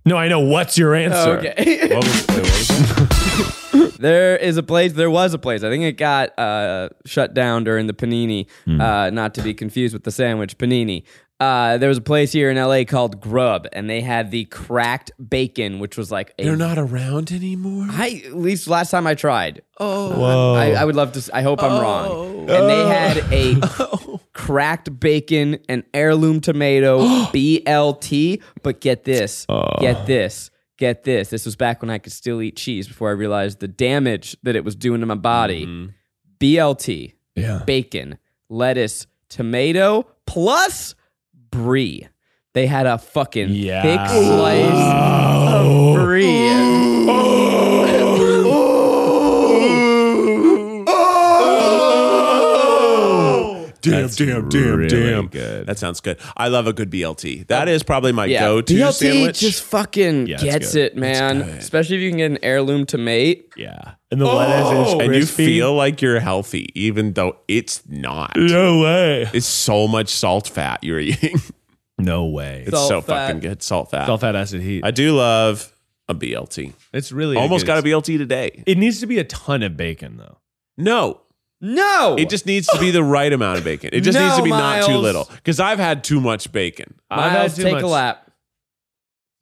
[SPEAKER 4] No, I know. What's your answer?
[SPEAKER 2] Okay.
[SPEAKER 3] What was, wait, what was that?
[SPEAKER 2] There is a place. There was a place. I think it got uh, shut down during the panini.
[SPEAKER 3] Hmm.
[SPEAKER 2] Uh, not to be confused with the sandwich panini. Uh, there was a place here in LA called Grub, and they had the cracked bacon, which was like a.
[SPEAKER 3] They're not around anymore.
[SPEAKER 2] I at least last time I tried. Oh,
[SPEAKER 4] Whoa.
[SPEAKER 2] I, I would love to. s- I hope I'm wrong. And
[SPEAKER 4] Uh.
[SPEAKER 2] they had a cracked bacon and heirloom tomato BLT. But get this,
[SPEAKER 4] Uh.
[SPEAKER 2] get this, get this. This was back when I could still eat cheese before I realized the damage that it was doing to my body.
[SPEAKER 4] Mm-hmm.
[SPEAKER 3] Mm-hmm.
[SPEAKER 2] BLT,
[SPEAKER 4] Yeah.
[SPEAKER 2] bacon, lettuce, tomato, plus brie. They had a fucking
[SPEAKER 4] Yeah.
[SPEAKER 2] thick slice
[SPEAKER 4] Oh.
[SPEAKER 2] of brie.
[SPEAKER 3] Damn,
[SPEAKER 4] That's
[SPEAKER 3] damn, damn,
[SPEAKER 4] really
[SPEAKER 3] damn.
[SPEAKER 4] good.
[SPEAKER 3] That sounds good. I love a good BLT. That is probably my
[SPEAKER 2] Yeah,
[SPEAKER 3] go-to
[SPEAKER 2] BLT
[SPEAKER 3] sandwich.
[SPEAKER 2] just fucking
[SPEAKER 4] Yeah, it's
[SPEAKER 2] gets
[SPEAKER 4] good.
[SPEAKER 2] it, man. Especially if you can get an heirloom tomate.
[SPEAKER 4] Yeah. And the lettuce
[SPEAKER 3] Oh,
[SPEAKER 4] is
[SPEAKER 3] and you
[SPEAKER 4] crispy.
[SPEAKER 3] feel like you're healthy, even though it's not.
[SPEAKER 4] no way.
[SPEAKER 3] It's so much salt fat you're eating.
[SPEAKER 4] No way.
[SPEAKER 3] It's
[SPEAKER 2] Salt
[SPEAKER 3] so
[SPEAKER 2] fat.
[SPEAKER 3] fucking good. Salt fat.
[SPEAKER 4] All fat acid heat.
[SPEAKER 3] I do love a BLT.
[SPEAKER 4] it's really
[SPEAKER 3] Almost got
[SPEAKER 4] to
[SPEAKER 3] a BLT today.
[SPEAKER 4] It needs to be a ton of bacon though.
[SPEAKER 3] No,
[SPEAKER 2] No,
[SPEAKER 3] it just needs to be the right amount of bacon. It just
[SPEAKER 2] No,
[SPEAKER 3] needs to be not too
[SPEAKER 2] Miles.
[SPEAKER 3] little. Because I've had too much bacon.
[SPEAKER 4] I've had
[SPEAKER 2] Miles,
[SPEAKER 4] too
[SPEAKER 2] take
[SPEAKER 4] much.
[SPEAKER 2] a lap.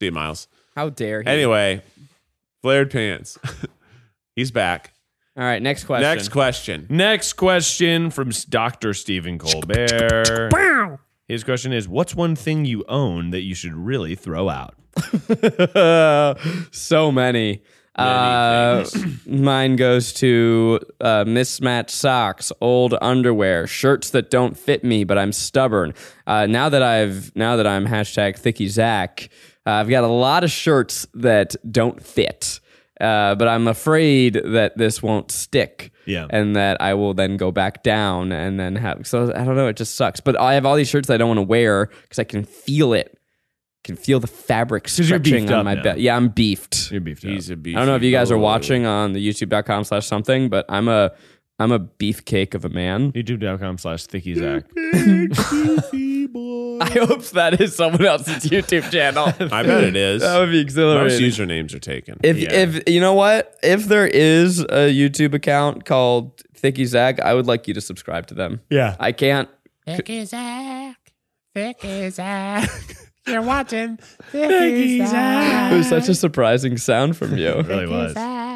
[SPEAKER 3] See, you, Miles.
[SPEAKER 2] How dare he?
[SPEAKER 3] Anyway, flared pants. He's back.
[SPEAKER 2] all right, next question.
[SPEAKER 3] Next question.
[SPEAKER 4] Next question from S- Dr. Stephen Colbert. His question is What's one thing you own that you should really throw out?
[SPEAKER 2] so many.
[SPEAKER 3] Many
[SPEAKER 2] Uh, mine goes to uh, mismatched socks, old underwear, shirts that don't fit me, but I'm stubborn. Uh, now that I've now that I'm hashtag thicky Zach, uh, I've got a lot of shirts that don't fit, uh, but I'm afraid that this won't stick.
[SPEAKER 4] Yeah.
[SPEAKER 2] and that I will then go back down and then have. So I don't know. It just sucks. But I have all these shirts that I don't want to wear because I can feel it. Can feel the fabric
[SPEAKER 4] 'Cause you're
[SPEAKER 2] stretching
[SPEAKER 4] beefed
[SPEAKER 2] on
[SPEAKER 4] up
[SPEAKER 2] my
[SPEAKER 4] now.
[SPEAKER 2] bed. Yeah, I'm beefed.
[SPEAKER 4] You're beefed
[SPEAKER 3] He's a beefy
[SPEAKER 2] I don't know if you guys are
[SPEAKER 3] boy.
[SPEAKER 2] watching on the youtube.com slash something, but I'm a I'm a beefcake of a man.
[SPEAKER 4] YouTube.com slash thicky Zach.
[SPEAKER 3] Beefy boy.
[SPEAKER 2] I hope that is someone else's YouTube channel.
[SPEAKER 3] I bet it is.
[SPEAKER 2] that would be
[SPEAKER 3] Most
[SPEAKER 2] exhilarating.
[SPEAKER 3] usernames are taken.
[SPEAKER 2] If
[SPEAKER 4] yeah.
[SPEAKER 2] if you know what? If there is a YouTube account called Thicky Zag, I would like you to subscribe to them.
[SPEAKER 4] Yeah.
[SPEAKER 2] I can't
[SPEAKER 6] Thick as Zach. Thick as Zach. You're watching Thick,
[SPEAKER 4] as
[SPEAKER 6] as Zach.
[SPEAKER 2] It was such a surprising sound from you.
[SPEAKER 4] really was.
[SPEAKER 6] Zach.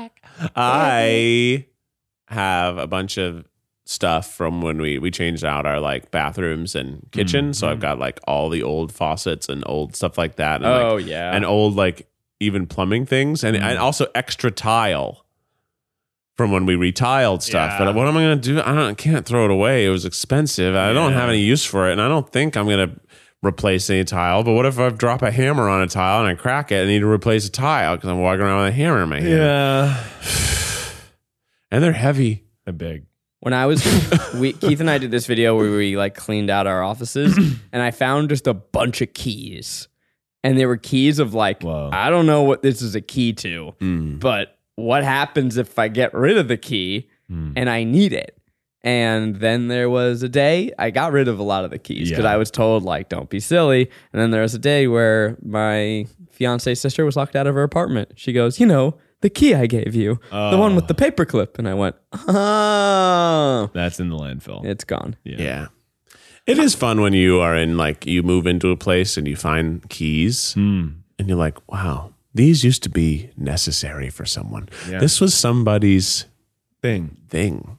[SPEAKER 3] I have a bunch of stuff from when we we changed out our like bathrooms and kitchen. So
[SPEAKER 4] Mm-hmm.
[SPEAKER 3] I've got like all the old faucets and old stuff like that. And,
[SPEAKER 4] Oh,
[SPEAKER 3] like,
[SPEAKER 2] Oh, yeah.
[SPEAKER 3] and old like even plumbing things and,
[SPEAKER 4] Mm.
[SPEAKER 3] and also extra tile from when we retiled stuff.
[SPEAKER 4] Yeah.
[SPEAKER 3] But what am I gonna do? I don't I can't throw it away. It was expensive. I don't
[SPEAKER 4] Yeah.
[SPEAKER 3] have any use for it. And I don't think I'm gonna replace any tile. But what if I drop a hammer on a tile and I crack it and need to replace a tile because I'm walking around with a hammer in my hand.
[SPEAKER 4] Yeah.
[SPEAKER 3] And they're heavy.
[SPEAKER 4] A big.
[SPEAKER 2] when I was we Keith and I did this video where we like cleaned out our offices and I found just a bunch of keys. And there were keys of like
[SPEAKER 4] Whoa. Hmm.
[SPEAKER 2] I don't know what this is a key to, but what happens if I get rid of the key
[SPEAKER 4] Hmm.
[SPEAKER 2] and I need it? And then there was a day I got rid of a lot of the keys because
[SPEAKER 4] Yeah.
[SPEAKER 2] I was told like don't be silly. And then there was a day where my fiance's sister was locked out of her apartment. She goes, you know, the key I gave you, the one with the paperclip. And I went, oh,
[SPEAKER 4] That's in the landfill.
[SPEAKER 2] it's gone.
[SPEAKER 3] Yeah. It is fun when you are in like you move into a place and you find keys
[SPEAKER 4] Hmm.
[SPEAKER 3] and you're like, wow, these used to be necessary for someone.
[SPEAKER 4] Yeah.
[SPEAKER 3] This was somebody's
[SPEAKER 4] Thing.
[SPEAKER 3] thing.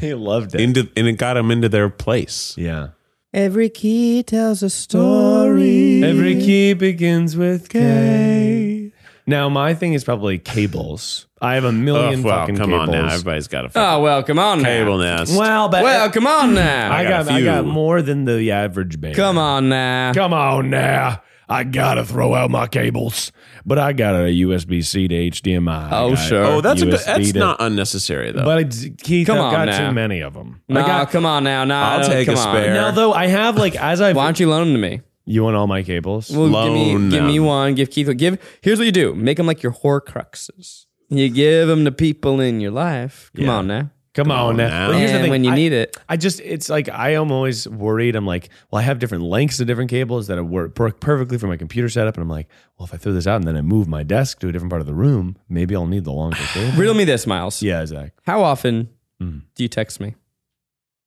[SPEAKER 4] They loved it.
[SPEAKER 3] into and it got them into their place.
[SPEAKER 4] Yeah.
[SPEAKER 2] Every key tells a story.
[SPEAKER 4] Every key begins with K. Now, my thing is probably cables. I have a million
[SPEAKER 3] Oh, well,
[SPEAKER 4] fucking
[SPEAKER 3] come
[SPEAKER 4] cables. Ah,
[SPEAKER 3] on now. Everybody's got a fucking
[SPEAKER 2] Oh, well, come on now.
[SPEAKER 3] cable nest.
[SPEAKER 4] Well, but uh,
[SPEAKER 2] Well, come on now.
[SPEAKER 4] I,
[SPEAKER 3] got
[SPEAKER 4] got,
[SPEAKER 3] a
[SPEAKER 4] I got
[SPEAKER 3] few.
[SPEAKER 4] more than the average man.
[SPEAKER 2] come on now.
[SPEAKER 4] Come on now. I gotta throw out my cables, but I got a USB C to HDMI.
[SPEAKER 2] Oh,
[SPEAKER 4] I got
[SPEAKER 2] sure.
[SPEAKER 3] oh, that's a good,
[SPEAKER 4] USB
[SPEAKER 3] that's
[SPEAKER 4] to-
[SPEAKER 3] not unnecessary though.
[SPEAKER 4] But it's, Keith,
[SPEAKER 2] Come
[SPEAKER 4] I've
[SPEAKER 2] on
[SPEAKER 4] got
[SPEAKER 2] now.
[SPEAKER 4] too many of them.
[SPEAKER 2] No,
[SPEAKER 4] I got,
[SPEAKER 2] come on now. No,
[SPEAKER 3] I'll take a
[SPEAKER 2] come on.
[SPEAKER 3] spare.
[SPEAKER 4] now though. I have like as I've
[SPEAKER 2] Why don't you loan them to me?
[SPEAKER 4] you want all my cables?
[SPEAKER 2] Well, give
[SPEAKER 3] Loan
[SPEAKER 2] me, give me
[SPEAKER 3] them.
[SPEAKER 2] one. Give Keith. Give. Here's what you do. Make them like your Horcruxes. You give them to people in your life. Come
[SPEAKER 4] Yeah.
[SPEAKER 2] on now.
[SPEAKER 4] come, on,
[SPEAKER 3] on
[SPEAKER 4] now.
[SPEAKER 3] now.
[SPEAKER 4] Well, here's the
[SPEAKER 2] And
[SPEAKER 4] thing.
[SPEAKER 2] when you
[SPEAKER 4] I-
[SPEAKER 2] need it,
[SPEAKER 4] I just, it's like I am always worried. I'm like, well, I have different lengths of different cables that work per- perfectly for my computer setup. And I'm like, well, if I throw this out and then I move my desk to a different part of the room, maybe I'll need the longer cable.
[SPEAKER 2] riddle me this, Miles.
[SPEAKER 4] Yeah, Zach.
[SPEAKER 2] How often
[SPEAKER 4] Mm.
[SPEAKER 2] do you text me?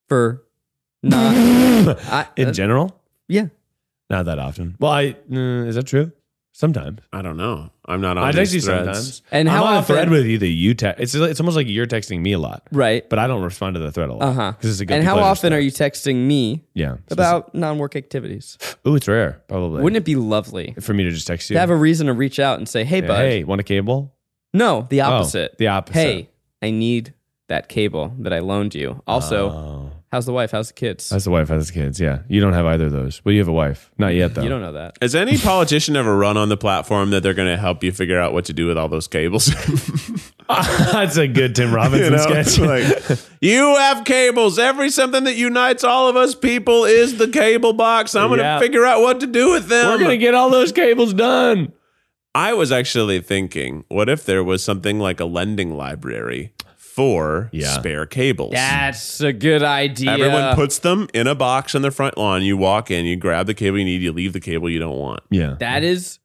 [SPEAKER 2] For not. I,
[SPEAKER 4] In
[SPEAKER 2] uh,
[SPEAKER 4] general,
[SPEAKER 2] yeah.
[SPEAKER 4] not that often. Well, I uh, is that true? Sometimes
[SPEAKER 3] I don't know. I'm not on
[SPEAKER 4] I text you
[SPEAKER 3] these threads.
[SPEAKER 4] sometimes.
[SPEAKER 2] And how
[SPEAKER 4] I'm on
[SPEAKER 2] often-
[SPEAKER 4] a thread with you that you text? It's it's almost like you're texting me a lot,
[SPEAKER 2] Right.
[SPEAKER 4] but I don't respond to the thread a lot.
[SPEAKER 2] Uh huh.
[SPEAKER 4] Because it's a
[SPEAKER 2] And how often are you texting me
[SPEAKER 4] Yeah.
[SPEAKER 2] about non work activities?
[SPEAKER 4] Ooh, it's rare, probably.
[SPEAKER 2] Wouldn't it be lovely
[SPEAKER 4] for me to just text you?
[SPEAKER 2] to have a reason to reach out and say, hey, bud?
[SPEAKER 4] hey, want a cable?
[SPEAKER 2] No, the opposite.
[SPEAKER 4] the opposite.
[SPEAKER 2] Hey, I need that cable that I loaned you. Also,
[SPEAKER 4] Oh.
[SPEAKER 2] how's the wife? How's the kids?
[SPEAKER 4] That's the wife has kids. Yeah, you don't have either of those. Well, you have a wife, not yet though.
[SPEAKER 2] You don't know that.
[SPEAKER 3] Has any politician ever run on the platform that they're going to help you figure out what to do with all those cables?
[SPEAKER 4] That's a good Tim Robinson
[SPEAKER 3] You know,
[SPEAKER 4] sketch.
[SPEAKER 3] it's like, you have cables. Every something that unites all of us people is the cable box. I'm going to
[SPEAKER 4] Yeah.
[SPEAKER 3] figure out what to do with them.
[SPEAKER 4] We're gonna get all those cables done.
[SPEAKER 3] I was actually thinking, what if there was something like a lending library for
[SPEAKER 4] Yeah.
[SPEAKER 3] spare cables?
[SPEAKER 2] That's a good idea.
[SPEAKER 3] Everyone puts them in a box on their front lawn. You walk in, you grab the cable you need, you leave the cable you don't want.
[SPEAKER 4] Yeah.
[SPEAKER 2] that is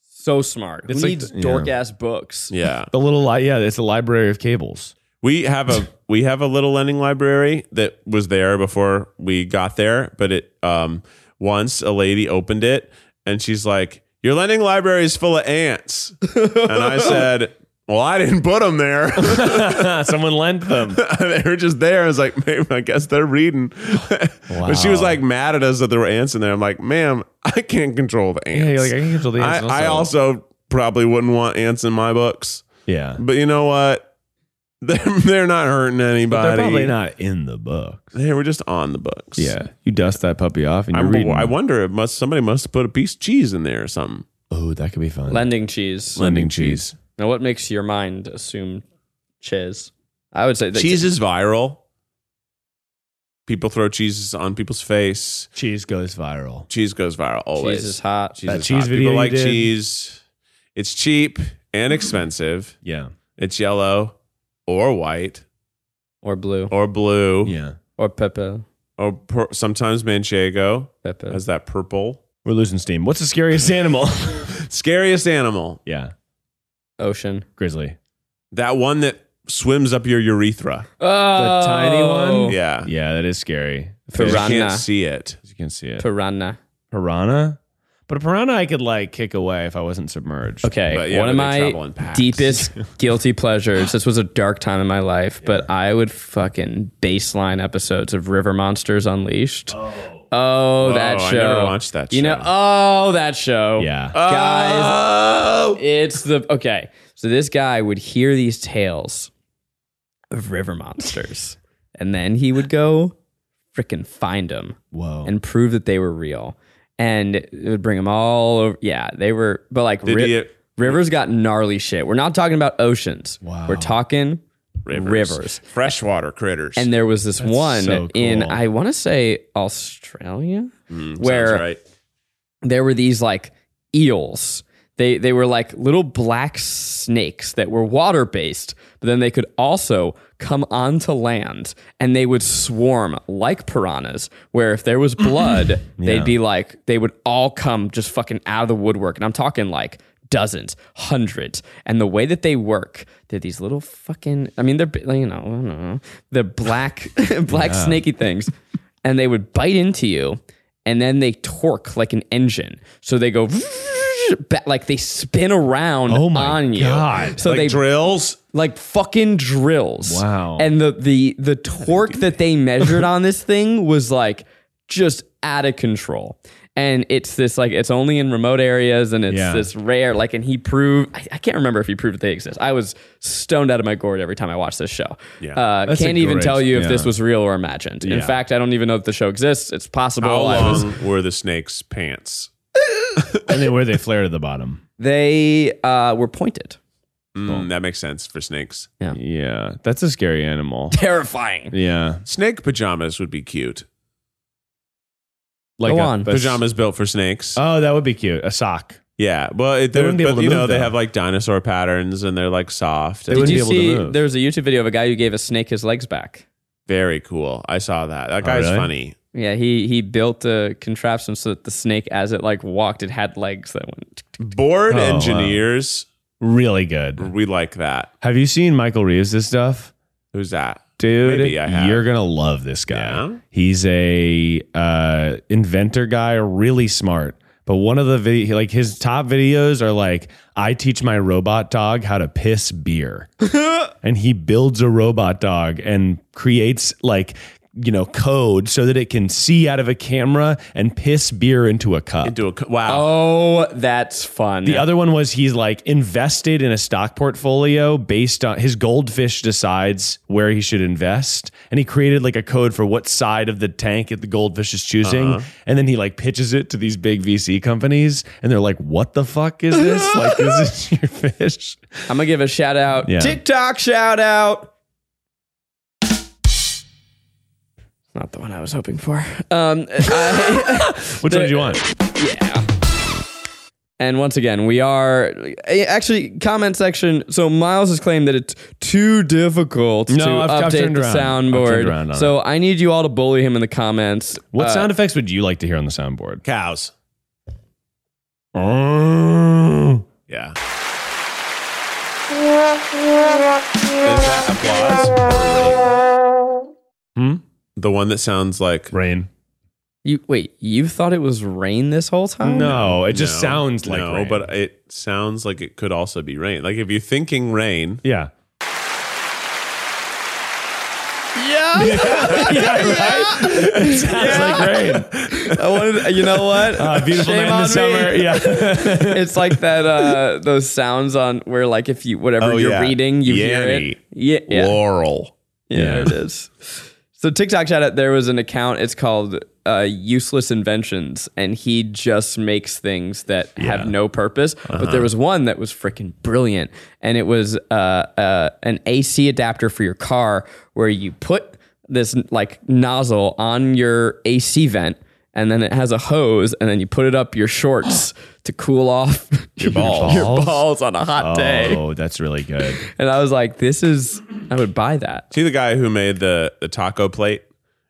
[SPEAKER 2] so smart.
[SPEAKER 4] It's
[SPEAKER 2] Who
[SPEAKER 4] like
[SPEAKER 2] needs
[SPEAKER 4] the- yeah.
[SPEAKER 2] dork ass books?
[SPEAKER 3] Yeah.
[SPEAKER 4] The little li- yeah, it's a library of cables.
[SPEAKER 3] We have a we have a little lending library that was there before we got there, but it um once a lady opened it and she's like, "Your lending library is full of ants," and I said, "Well, I didn't put them there.
[SPEAKER 4] Someone lent them.
[SPEAKER 3] they were just there." I was like, "Maybe I guess they're reading." But she was
[SPEAKER 4] Wow.
[SPEAKER 3] like mad at us that there were ants in there. I'm like, "Ma'am, I can't control the ants.
[SPEAKER 4] Yeah, you're like I can control the
[SPEAKER 3] I,
[SPEAKER 4] ants.
[SPEAKER 3] I also probably wouldn't want ants in my books,
[SPEAKER 4] yeah,
[SPEAKER 3] but you know what? They're, they're not hurting
[SPEAKER 4] but
[SPEAKER 3] anybody.
[SPEAKER 4] they're probably not in the books.
[SPEAKER 3] They were just on the books.
[SPEAKER 4] Yeah, you dust that puppy off and
[SPEAKER 3] I,
[SPEAKER 4] you read.
[SPEAKER 3] I wonder if must somebody must have put a piece of cheese in there or something.
[SPEAKER 4] oh, that could be fun.
[SPEAKER 2] Lending cheese.
[SPEAKER 4] Lending cheese.
[SPEAKER 2] Now, what makes your mind assume cheese? I would say that
[SPEAKER 3] Cheese is viral. People throw cheeses on people's face.
[SPEAKER 4] Cheese goes viral.
[SPEAKER 3] Cheese goes viral always.
[SPEAKER 2] cheese is hot.
[SPEAKER 3] Cheese
[SPEAKER 4] That
[SPEAKER 3] is
[SPEAKER 4] cheese
[SPEAKER 3] hot.
[SPEAKER 4] video
[SPEAKER 3] People
[SPEAKER 4] you
[SPEAKER 3] like
[SPEAKER 4] did.
[SPEAKER 3] cheese. It's cheap and expensive.
[SPEAKER 4] Yeah,
[SPEAKER 3] It's yellow or white
[SPEAKER 2] Or blue.
[SPEAKER 3] or blue
[SPEAKER 4] yeah.
[SPEAKER 2] Or Pepe.
[SPEAKER 3] or per, sometimes manchego
[SPEAKER 2] Pepe.
[SPEAKER 3] has that purple.
[SPEAKER 4] We're losing steam. What's the scariest animal?
[SPEAKER 3] Scariest animal.
[SPEAKER 4] yeah,
[SPEAKER 2] Ocean.
[SPEAKER 4] grizzly.
[SPEAKER 3] That one that swims up your urethra.
[SPEAKER 2] Oh,
[SPEAKER 4] tiny one?
[SPEAKER 3] Yeah.
[SPEAKER 4] Oh. Yeah, that is scary.
[SPEAKER 3] You
[SPEAKER 2] Piranha.
[SPEAKER 3] can't see it.
[SPEAKER 4] As you can see it.
[SPEAKER 2] Piranha.
[SPEAKER 4] piranha, but a piranha I could like kick away if I wasn't submerged.
[SPEAKER 2] Okay,
[SPEAKER 3] But yeah,
[SPEAKER 2] one of
[SPEAKER 3] but they travel
[SPEAKER 2] my
[SPEAKER 3] in packs.
[SPEAKER 2] deepest guilty pleasures. This was a dark time in my life, but I would fucking baseline episodes of River Monsters Unleashed. Oh, that
[SPEAKER 3] I
[SPEAKER 2] show.
[SPEAKER 3] never watched that
[SPEAKER 2] You know,
[SPEAKER 3] show.
[SPEAKER 2] oh, Uh, that show.
[SPEAKER 4] Yeah.
[SPEAKER 2] Guys,
[SPEAKER 3] Oh!
[SPEAKER 2] it's the okay. So this guy would hear these tales of river monsters, and then he would go freaking find them
[SPEAKER 4] Whoa.
[SPEAKER 2] and prove that they were real. And it would bring them all over. Yeah, they were, but like
[SPEAKER 3] Did
[SPEAKER 2] ri-
[SPEAKER 3] you-
[SPEAKER 2] rivers got gnarly shit. We're not talking about oceans.
[SPEAKER 4] Wow.
[SPEAKER 2] We're talking
[SPEAKER 3] Rivers.
[SPEAKER 2] rivers.
[SPEAKER 3] Freshwater critters.
[SPEAKER 2] And there was this one
[SPEAKER 4] so
[SPEAKER 2] in,
[SPEAKER 4] cool.
[SPEAKER 2] I want to say Australia, where
[SPEAKER 3] Sounds right.
[SPEAKER 2] there were these like eels. They they were like little black snakes that were water based, but then they could also come onto land and they would swarm like piranhas. Where if there was blood, they'd be like they would all come just fucking out of the woodwork, and I'm talking like dozens, hundreds. And the way that they work, they're these little fucking. I mean, they're bi- you know, I don't know, they're black black snaky things, and they would bite into you and then they torque like an engine. So they go ba- like they spin around
[SPEAKER 4] Oh my
[SPEAKER 2] on you.
[SPEAKER 4] God.
[SPEAKER 2] So
[SPEAKER 3] Like
[SPEAKER 2] they
[SPEAKER 3] drills.
[SPEAKER 2] like fucking drills.
[SPEAKER 4] Wow.
[SPEAKER 2] And the the the torque that they measured on this thing was like just out of control. And it's this like it's only in remote areas and it's
[SPEAKER 4] Yeah.
[SPEAKER 2] this rare like and he proved I, I can't remember if he proved that they exist. I was stoned out of my gourd every time I watched this show.
[SPEAKER 3] Yeah.
[SPEAKER 2] Uh,
[SPEAKER 4] That's a
[SPEAKER 2] can't even
[SPEAKER 4] great-
[SPEAKER 2] tell you if
[SPEAKER 4] yeah.
[SPEAKER 2] this was real or imagined. In
[SPEAKER 4] Yeah.
[SPEAKER 2] fact, I don't even know if the show exists. It's possible.
[SPEAKER 3] How
[SPEAKER 2] I was-
[SPEAKER 3] long were the snake's pants?
[SPEAKER 4] and then where they flare to the bottom.
[SPEAKER 2] they uh, were pointed.
[SPEAKER 3] Mm, That makes sense for snakes.
[SPEAKER 4] Yeah, that's a scary animal.
[SPEAKER 2] Terrifying.
[SPEAKER 4] Yeah,
[SPEAKER 3] Snake pajamas would be cute.
[SPEAKER 4] like
[SPEAKER 2] Go
[SPEAKER 4] a-
[SPEAKER 2] on.
[SPEAKER 4] a-
[SPEAKER 3] Pajamas built for snakes.
[SPEAKER 4] Oh, that would be cute. A sock.
[SPEAKER 3] yeah. Well, it,
[SPEAKER 4] They
[SPEAKER 3] they
[SPEAKER 4] wouldn't be able
[SPEAKER 3] but,
[SPEAKER 4] to
[SPEAKER 3] you
[SPEAKER 4] move,
[SPEAKER 3] know, they
[SPEAKER 4] though.
[SPEAKER 3] have like dinosaur patterns and they're like soft.
[SPEAKER 4] They
[SPEAKER 3] It's
[SPEAKER 4] wouldn't
[SPEAKER 2] Did
[SPEAKER 4] be
[SPEAKER 2] you
[SPEAKER 4] able to
[SPEAKER 2] see
[SPEAKER 4] move.
[SPEAKER 2] there was a YouTube video of a guy who gave a snake his legs back?
[SPEAKER 3] very cool. I saw that. That
[SPEAKER 4] Oh,
[SPEAKER 3] guy's
[SPEAKER 4] really?
[SPEAKER 3] funny.
[SPEAKER 2] Yeah, he he built a contraption so that the snake, as it like walked, it had legs that went.
[SPEAKER 3] Board
[SPEAKER 4] Oh, wow.
[SPEAKER 3] engineers,
[SPEAKER 4] Really good.
[SPEAKER 3] we like that.
[SPEAKER 4] Have you seen Michael Reeves' stuff?
[SPEAKER 3] Who's that?
[SPEAKER 4] Dude,
[SPEAKER 3] Maybe I have.
[SPEAKER 4] you're gonna love this guy.
[SPEAKER 3] Yeah?
[SPEAKER 4] He's a uh, inventor guy, really smart. But one of the video, like his top videos are like, I teach my robot dog how to piss beer, and he builds a robot dog and creates like you know, code so that it can see out of a camera and piss beer into a cup.
[SPEAKER 3] Into a co- wow.
[SPEAKER 2] Oh, that's fun.
[SPEAKER 4] the other one was he's like invested in a stock portfolio based on his goldfish decides where he should invest. And he created like a code for what side of the tank that the goldfish is choosing. And then he like pitches it to these big VC companies and they're like, what the fuck is this? like, this is your fish.
[SPEAKER 2] I'm gonna give a shout out.
[SPEAKER 4] Yeah.
[SPEAKER 2] TikTok shout out. Not the one I was hoping for. Um, I-
[SPEAKER 4] Which one do you want?
[SPEAKER 2] yeah. And once again, we are eh, actually comment section. So Miles has claimed that it's too difficult
[SPEAKER 4] No,
[SPEAKER 2] to
[SPEAKER 4] I've- I've
[SPEAKER 2] update
[SPEAKER 4] turned
[SPEAKER 2] the
[SPEAKER 4] around. I've turned around
[SPEAKER 2] soundboard.
[SPEAKER 4] on
[SPEAKER 2] So I need you all to bully him in the comments.
[SPEAKER 4] What
[SPEAKER 2] Uh,
[SPEAKER 4] sound effects would you like to hear on the soundboard?
[SPEAKER 3] Cows. Yeah. Is that applause?
[SPEAKER 4] Hmm?
[SPEAKER 3] The one that sounds like
[SPEAKER 4] Rain.
[SPEAKER 2] You wait. You thought it was rain this whole time?
[SPEAKER 4] No, it just
[SPEAKER 3] No,
[SPEAKER 4] sounds like
[SPEAKER 3] no,
[SPEAKER 4] rain.
[SPEAKER 3] but it sounds like it could also be rain. Like if you're thinking rain,
[SPEAKER 4] yeah.
[SPEAKER 2] Yeah.
[SPEAKER 4] It sounds like rain.
[SPEAKER 2] I wanted. You know what?
[SPEAKER 4] Uh, beautiful
[SPEAKER 2] Shame
[SPEAKER 4] night in the
[SPEAKER 2] on me.
[SPEAKER 4] summer. Yeah.
[SPEAKER 2] it's like that uh those sounds on where like if you whatever
[SPEAKER 3] Oh,
[SPEAKER 2] you're
[SPEAKER 3] yeah.
[SPEAKER 2] reading you
[SPEAKER 3] Yanny.
[SPEAKER 2] hear it yeah yeah,
[SPEAKER 3] laurel.
[SPEAKER 2] yeah, it is so tiktok shout out there was an account it's called uh useless inventions and he just makes things that have no purpose but there was one that was freaking brilliant and it was uh, uh an ac adapter for your car where you put this like nozzle on your ac vent and then it has a hose, and then you put it up your shorts to cool off your
[SPEAKER 4] balls.
[SPEAKER 2] your balls on a hot day.
[SPEAKER 4] Oh, that's really good.
[SPEAKER 2] And I was like, this is, I would buy that.
[SPEAKER 3] See the guy who made the, the taco plate?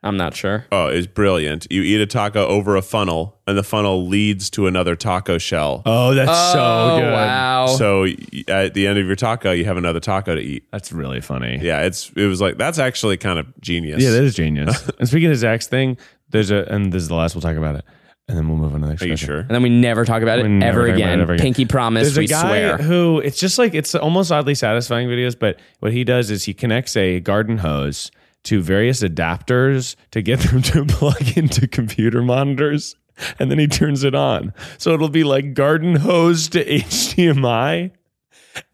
[SPEAKER 2] I'm not sure.
[SPEAKER 3] Oh, it's brilliant. You eat a taco over a funnel, and the funnel leads to another taco shell.
[SPEAKER 4] Oh, that's so
[SPEAKER 2] oh,
[SPEAKER 4] good.
[SPEAKER 2] wow.
[SPEAKER 3] So y- at the end of your taco, you have another taco to eat.
[SPEAKER 4] That's really funny.
[SPEAKER 3] Yeah, it's it was like that's actually kind of genius.
[SPEAKER 4] Yeah, that is genius. and speaking of Zach's thing, there's a, and this is the last we'll talk about it, and then we'll move on to the next.
[SPEAKER 3] Are you
[SPEAKER 4] question.
[SPEAKER 3] sure?
[SPEAKER 2] and then we never talk about it,
[SPEAKER 4] We never
[SPEAKER 2] ever,
[SPEAKER 4] talk about
[SPEAKER 2] again.
[SPEAKER 4] it ever again.
[SPEAKER 2] Pinky promise,
[SPEAKER 4] There's
[SPEAKER 2] we
[SPEAKER 4] a guy
[SPEAKER 2] swear.
[SPEAKER 4] who it's just like it's almost oddly satisfying videos, but what he does is he connects a garden hose to various adapters to get them to plug into computer monitors. And then he turns it on. So it'll be like garden hose to HDMI.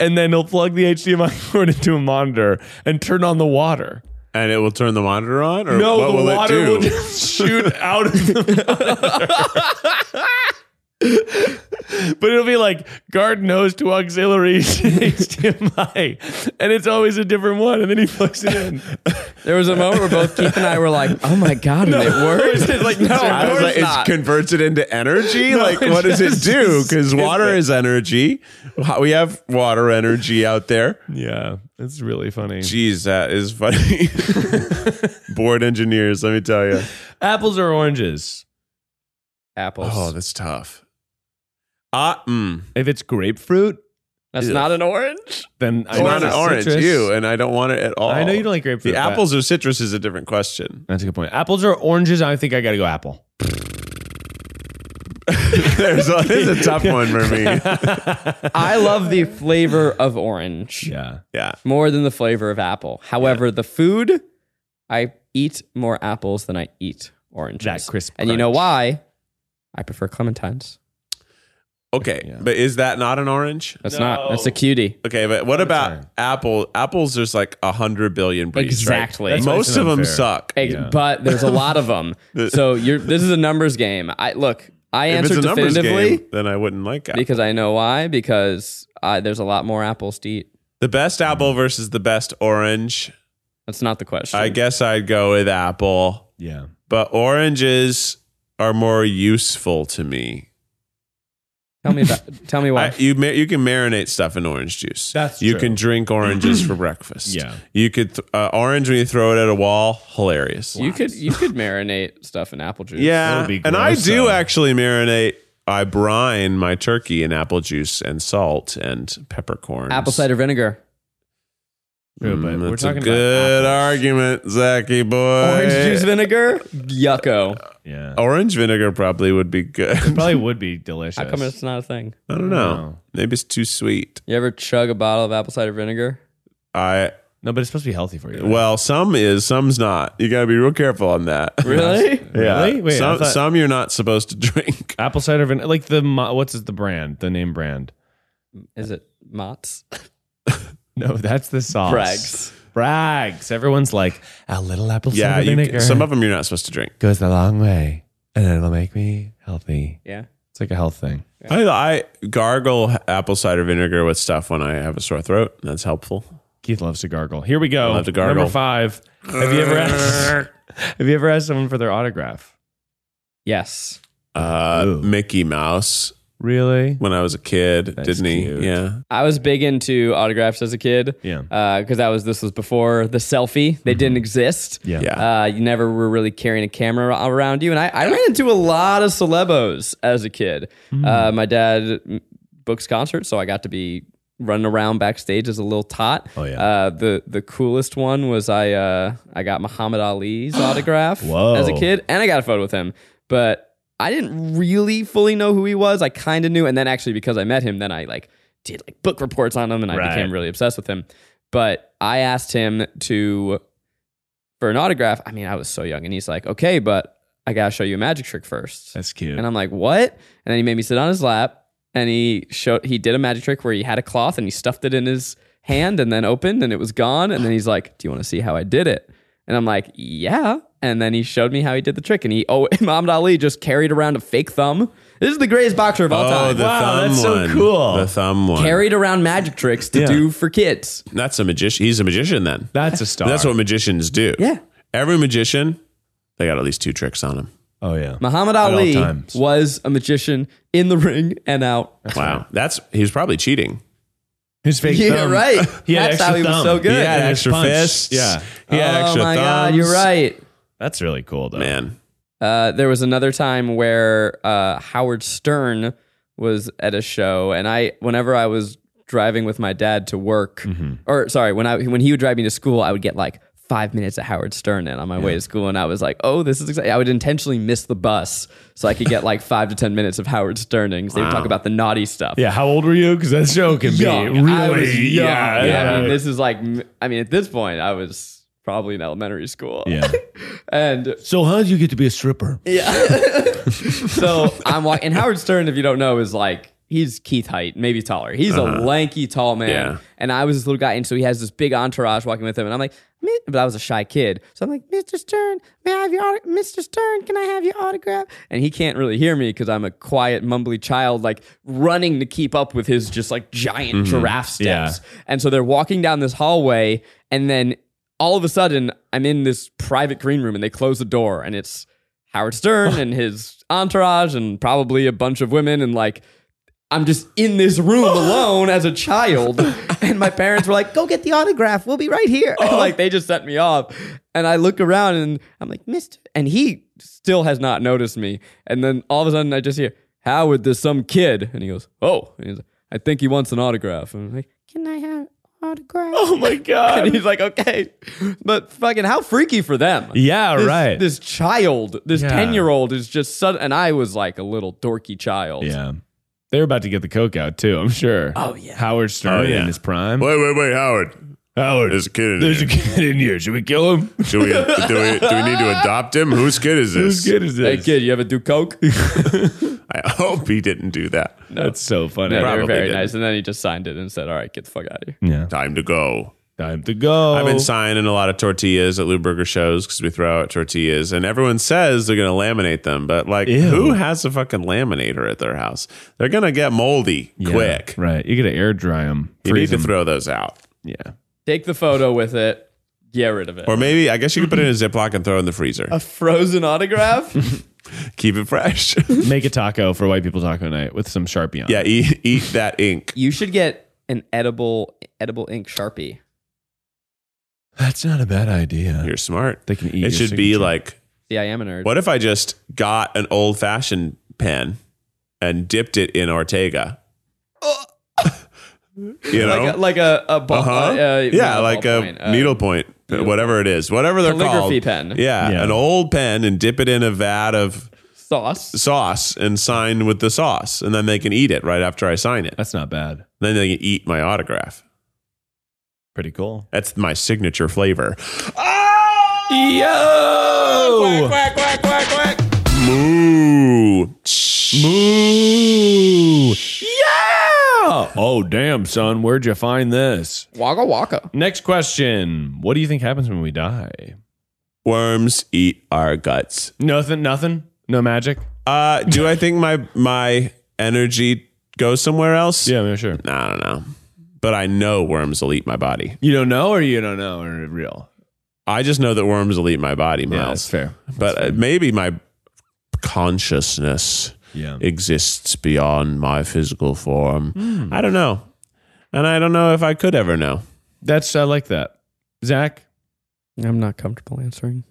[SPEAKER 4] And then he'll plug the HDMI cord into a monitor and turn on the water.
[SPEAKER 3] And it will turn the monitor on, or
[SPEAKER 4] No,
[SPEAKER 3] what
[SPEAKER 4] the
[SPEAKER 3] will
[SPEAKER 4] water
[SPEAKER 3] it do?
[SPEAKER 4] will just shoot out of the monitor. But it'll be like garden hose to auxiliary HDMI, and it's always a different one. And then he plugs it in.
[SPEAKER 2] there was a moment where both Keith and I were like, oh my God, and it works. It's like, no,
[SPEAKER 3] I was like, it's converts it into energy. like, what does it do? Because water is energy. We have water energy out there.
[SPEAKER 4] Yeah, that's really funny.
[SPEAKER 3] Jeez, that is funny. Board engineers, let me tell you.
[SPEAKER 4] Apples or oranges?
[SPEAKER 2] Apples.
[SPEAKER 3] Oh, that's tough. Ah, mm.
[SPEAKER 4] If it's grapefruit,
[SPEAKER 2] That's not an orange.
[SPEAKER 4] then
[SPEAKER 3] It's not an orange, you, and I don't want it at all.
[SPEAKER 4] I know you don't like grapefruit.
[SPEAKER 3] The
[SPEAKER 4] but-
[SPEAKER 3] apples or citrus is a different question.
[SPEAKER 4] That's a good point. Apples or oranges? I think I got to go apple.
[SPEAKER 3] There's a, this is a tough one for me.
[SPEAKER 2] I love the flavor of orange
[SPEAKER 4] Yeah.
[SPEAKER 3] Yeah.
[SPEAKER 2] more than the flavor of apple. However, the food, I eat more apples than I eat oranges.
[SPEAKER 4] That crisp
[SPEAKER 2] And you know
[SPEAKER 4] crunch.
[SPEAKER 2] why? I prefer clementines.
[SPEAKER 3] Okay, but is that not an orange?
[SPEAKER 2] That's not. That's a cutie.
[SPEAKER 3] Okay, but what about apple? Apples, there's like a hundred billion breeds. right?
[SPEAKER 2] Exactly.
[SPEAKER 4] That's why
[SPEAKER 3] Most
[SPEAKER 4] it's
[SPEAKER 3] of them
[SPEAKER 4] unfair.
[SPEAKER 3] suck.
[SPEAKER 2] Ex- But there's a lot of them. so you're. This is a numbers game. I look. I
[SPEAKER 3] If
[SPEAKER 2] answer
[SPEAKER 3] it's a numbers
[SPEAKER 2] definitively
[SPEAKER 3] game, then I wouldn't like it.
[SPEAKER 2] because I know why. Because I, there's a lot more apples to eat.
[SPEAKER 3] The best apple versus the best orange.
[SPEAKER 2] That's not the question.
[SPEAKER 3] I guess I'd go with apple,
[SPEAKER 4] Yeah.
[SPEAKER 3] but oranges are more useful to me.
[SPEAKER 2] Tell me about. tell me why.
[SPEAKER 3] I, you ma- you can marinate stuff in orange juice.
[SPEAKER 4] That's
[SPEAKER 3] you
[SPEAKER 4] true.
[SPEAKER 3] can drink oranges for breakfast.
[SPEAKER 4] Yeah.
[SPEAKER 3] you could th- uh, orange when you throw it at a wall. Hilarious.
[SPEAKER 2] you could. You could marinate stuff in apple juice.
[SPEAKER 3] yeah,
[SPEAKER 4] That would be
[SPEAKER 3] and I
[SPEAKER 4] gross,
[SPEAKER 3] do
[SPEAKER 4] though.
[SPEAKER 3] actually marinate. I brine my turkey in apple juice and salt and peppercorns.
[SPEAKER 2] Apple cider vinegar.
[SPEAKER 4] True, but
[SPEAKER 3] Mm,
[SPEAKER 4] we're
[SPEAKER 3] that's
[SPEAKER 4] talking
[SPEAKER 3] a good
[SPEAKER 4] about
[SPEAKER 3] argument, Zachy boy.
[SPEAKER 2] Orange juice vinegar. Yucko.
[SPEAKER 3] Uh,
[SPEAKER 4] Yeah.
[SPEAKER 3] Orange vinegar probably would be good.
[SPEAKER 4] Probably would be delicious.
[SPEAKER 2] How come it's not a thing?
[SPEAKER 4] uh,
[SPEAKER 3] I don't know. Maybe it's too sweet.
[SPEAKER 2] You ever chug a bottle of apple cider vinegar?
[SPEAKER 3] I
[SPEAKER 4] No, but it's supposed to be healthy for you.
[SPEAKER 3] Well, some is, some's not. You got to be real careful on that.
[SPEAKER 2] Really?
[SPEAKER 3] Yeah.
[SPEAKER 4] Really? Wait, I
[SPEAKER 3] some,
[SPEAKER 4] thought-
[SPEAKER 3] some you're not supposed to drink.
[SPEAKER 4] apple cider vinegar, like the mo- what's it, the brand, the name brand.
[SPEAKER 2] Is it Mott's?
[SPEAKER 4] No, that's the sauce.
[SPEAKER 2] Bragg's.
[SPEAKER 4] Brags. Everyone's like a little apple
[SPEAKER 3] yeah.
[SPEAKER 4] cider
[SPEAKER 3] You,
[SPEAKER 4] vinegar.
[SPEAKER 3] can- some of them you're not supposed to drink.
[SPEAKER 4] goes the long way, and it'll make me healthy.
[SPEAKER 2] Yeah.
[SPEAKER 4] It's like a health thing.
[SPEAKER 3] I, I gargle apple cider vinegar with stuff when I have a sore throat. That's helpful.
[SPEAKER 4] Keith loves to gargle. Here we go.
[SPEAKER 3] I love to gargle.
[SPEAKER 4] Number five. Have you ever asked? have you ever asked someone for their autograph?
[SPEAKER 2] Yes.
[SPEAKER 3] Uh,
[SPEAKER 4] Ooh.
[SPEAKER 3] Mickey Mouse
[SPEAKER 4] Really?
[SPEAKER 3] when I was a kid,
[SPEAKER 4] That's
[SPEAKER 3] didn't he?
[SPEAKER 4] cute.
[SPEAKER 3] Yeah.
[SPEAKER 2] I was big into autographs as a kid.
[SPEAKER 4] Yeah.
[SPEAKER 2] Because that was this was before the selfie.
[SPEAKER 3] Mm-hmm.
[SPEAKER 2] They didn't exist.
[SPEAKER 4] Yeah.
[SPEAKER 3] Yeah.
[SPEAKER 2] Uh, you never were really carrying a camera around you. And I, I ran into a lot of celebos as a kid. Uh, my dad mm, books concerts, so I got to be running around backstage as a little tot.
[SPEAKER 4] Oh, yeah.
[SPEAKER 2] Uh, the the coolest one was I uh, I got Muhammad Ali's autograph
[SPEAKER 4] Whoa.
[SPEAKER 2] as a kid, and I got a photo with him, but. I didn't really fully know who he was. I kind of knew, and then actually because I met him, then I like did like book reports on him, and I
[SPEAKER 4] Right.
[SPEAKER 2] became really obsessed with him. But I asked him to for an autograph. I mean, I was so young. And he's like, okay, but I got to show you a magic trick first.
[SPEAKER 4] That's cute.
[SPEAKER 2] and I'm like, what? And then he made me sit on his lap and he showed, he did a magic trick where he had a cloth and he stuffed it in his hand and then opened and it was gone. And then he's like, do you want to see how I did it? And I'm like, yeah. And then he showed me how he did the trick. And he, oh, Muhammad Ali just carried around a fake thumb. This is the greatest boxer of all
[SPEAKER 3] Oh,
[SPEAKER 2] time.
[SPEAKER 3] the
[SPEAKER 4] Wow,
[SPEAKER 3] thumb
[SPEAKER 4] that's so
[SPEAKER 3] one.
[SPEAKER 4] cool.
[SPEAKER 3] The thumb one.
[SPEAKER 2] carried around magic tricks to
[SPEAKER 3] Yeah.
[SPEAKER 2] do for kids.
[SPEAKER 3] That's a magician. He's a magician then.
[SPEAKER 4] that's a star.
[SPEAKER 3] That's what magicians do.
[SPEAKER 2] Yeah.
[SPEAKER 3] Every magician, they got at least two tricks on them.
[SPEAKER 4] Oh yeah.
[SPEAKER 2] Muhammad
[SPEAKER 4] all
[SPEAKER 2] Ali
[SPEAKER 4] times.
[SPEAKER 2] was a magician in the ring and out.
[SPEAKER 3] wow. That's he was probably cheating.
[SPEAKER 4] His fake
[SPEAKER 2] Yeah,
[SPEAKER 4] thumb.
[SPEAKER 2] right.
[SPEAKER 4] He had
[SPEAKER 2] That's
[SPEAKER 4] extra
[SPEAKER 2] how he was
[SPEAKER 4] thumb.
[SPEAKER 2] so good.
[SPEAKER 3] He had
[SPEAKER 4] And his
[SPEAKER 3] extra
[SPEAKER 4] punch.
[SPEAKER 3] fists.
[SPEAKER 4] Yeah.
[SPEAKER 3] He had
[SPEAKER 2] oh
[SPEAKER 3] extra
[SPEAKER 2] my god,
[SPEAKER 3] thumbs.
[SPEAKER 2] you're right.
[SPEAKER 4] That's really cool though.
[SPEAKER 3] Man.
[SPEAKER 2] Uh, there was another time where uh, Howard Stern was at a show, and I, whenever I was driving with my dad to work,
[SPEAKER 4] Mm-hmm.
[SPEAKER 2] or sorry, when I when he would drive me to school, I would get like five minutes of Howard Stern in on my way to school, and I was like, oh, this is exciting. I would intentionally miss the bus so I could get like five to ten minutes of Howard Sterning. 'cause They would talk about the naughty stuff.
[SPEAKER 4] Yeah. How old were you? Because that show can
[SPEAKER 2] young.
[SPEAKER 4] be really.
[SPEAKER 2] I was young.
[SPEAKER 4] Yeah.
[SPEAKER 2] I mean, this is like, m- I mean, at this point, I was probably in elementary school.
[SPEAKER 4] yeah.
[SPEAKER 2] And
[SPEAKER 4] So how did you get to be a stripper?
[SPEAKER 2] so I'm walking. And Howard Stern, if you don't know, is like, he's Keith height, maybe taller. He's a lanky, tall man.
[SPEAKER 3] Yeah.
[SPEAKER 2] And I was this little guy. And so he has this big entourage walking with him. And I'm like, "Mi-" but I was a shy kid. So I'm like, Mr. Stern, may I have your autograph? Mr. Stern, can I have your autograph? And he can't really hear me because I'm a quiet, mumbly child, like running to keep up with his just like giant giraffe steps. And so they're walking down this hallway, and then all of a sudden, I'm in this private green room, and they close the door, and it's Howard Stern and his entourage, and probably a bunch of women, and like. I'm just in this room alone as a child, and my parents were like, "Go get the autograph. We'll be right here." And, like they just sent me off, and I look around and I'm like, "Missed," and he still has not noticed me. And then all of a sudden, I just hear Howard, there's some kid, and he goes, "Oh," and he's like, "I think he wants an autograph." And I'm like, "Can I have?" Autograph. Oh my god! And he's like, okay, but fucking, how freaky for them?
[SPEAKER 4] Yeah.
[SPEAKER 2] this,
[SPEAKER 4] right.
[SPEAKER 2] This child, this
[SPEAKER 4] Yeah.
[SPEAKER 2] ten-year-old, is just sudden, and I was like a little dorky child.
[SPEAKER 4] Yeah. They were about to get the coke out too, I'm sure.
[SPEAKER 2] Oh, yeah.
[SPEAKER 4] Howard Stern
[SPEAKER 3] Oh, yeah.
[SPEAKER 4] in his prime.
[SPEAKER 3] Wait, wait, wait, Howard.
[SPEAKER 4] Howard,
[SPEAKER 3] There's a kid in
[SPEAKER 4] Um, there's
[SPEAKER 3] here.
[SPEAKER 4] a kid in here. Should we kill him?
[SPEAKER 3] Do we, do, we, do we need to adopt him? Whose kid is this?
[SPEAKER 4] Whose kid is
[SPEAKER 2] Hey
[SPEAKER 4] this?
[SPEAKER 2] kid, you ever do coke?
[SPEAKER 3] I hope he didn't do that.
[SPEAKER 4] That's so funny.
[SPEAKER 2] No, they were
[SPEAKER 3] Probably
[SPEAKER 2] very
[SPEAKER 3] didn't.
[SPEAKER 2] nice. And then he just signed it and said, "All right, get the fuck out of here."
[SPEAKER 4] Yeah.
[SPEAKER 3] Time to go.
[SPEAKER 4] Time to go.
[SPEAKER 3] I've been signing a lot of tortillas at Lou Burger shows because we throw out tortillas, and everyone says they're going to laminate them, but like,
[SPEAKER 4] Ew.
[SPEAKER 3] who has a fucking laminator at their house? They're going to get moldy
[SPEAKER 4] Yeah,
[SPEAKER 3] quick.
[SPEAKER 4] Right. You got to air dry them.
[SPEAKER 3] You need to throw those out,
[SPEAKER 4] Yeah.
[SPEAKER 2] Take the photo with it. Get rid of it.
[SPEAKER 3] or maybe I guess you could put it in a ziploc and throw it in the freezer.
[SPEAKER 2] a frozen autograph.
[SPEAKER 3] Keep it fresh.
[SPEAKER 4] Make a taco for white people taco night with some Sharpie on it.
[SPEAKER 3] yeah, eat, eat that ink.
[SPEAKER 2] you should get an edible edible ink sharpie.
[SPEAKER 4] That's not a bad idea.
[SPEAKER 3] You're smart.
[SPEAKER 4] They can eat your
[SPEAKER 3] It should be
[SPEAKER 4] signature.
[SPEAKER 3] like
[SPEAKER 2] See, I am a nerd.
[SPEAKER 3] What if I just got an old fashioned pen and dipped it in Ortega? you know,
[SPEAKER 2] Like a, like a, a ball,
[SPEAKER 3] uh-huh.
[SPEAKER 2] uh, uh,
[SPEAKER 3] yeah,
[SPEAKER 2] not
[SPEAKER 3] like a
[SPEAKER 2] ballpoint, uh,
[SPEAKER 3] needlepoint, whatever it is, whatever they're
[SPEAKER 2] Calligraphy
[SPEAKER 3] called.
[SPEAKER 2] pen.
[SPEAKER 3] Yeah,
[SPEAKER 4] Yeah.
[SPEAKER 3] an old pen and dip it in a vat of
[SPEAKER 2] sauce.
[SPEAKER 3] sauce and sign with the sauce, and then they can eat it right after I sign it.
[SPEAKER 4] That's not bad.
[SPEAKER 3] Then they can eat my autograph.
[SPEAKER 4] Pretty cool.
[SPEAKER 3] That's my signature flavor.
[SPEAKER 2] Ah,
[SPEAKER 4] Yo!
[SPEAKER 2] Oh.
[SPEAKER 3] Quack, quack, quack, quack. Moo. Moo.
[SPEAKER 4] Yeah! Oh, damn, son. Where'd you find this?
[SPEAKER 2] Waka waka.
[SPEAKER 4] Next question. What do you think happens when we die?
[SPEAKER 3] Worms eat our guts.
[SPEAKER 4] Nothing, nothing. No magic?
[SPEAKER 3] Uh, do I think my my energy goes somewhere else?
[SPEAKER 4] yeah, sure.
[SPEAKER 3] I don't know. But I know worms will eat my body.
[SPEAKER 4] You don't know or you don't know or real?
[SPEAKER 3] I just know that worms will eat my body,
[SPEAKER 4] Yeah,
[SPEAKER 3] Miles.
[SPEAKER 4] that's fair.
[SPEAKER 3] but uh, maybe my consciousness
[SPEAKER 4] Yeah.
[SPEAKER 3] exists beyond my physical form. I don't know. And I don't know if I could ever know.
[SPEAKER 4] That's, I like that. Zach?
[SPEAKER 5] I'm not comfortable answering.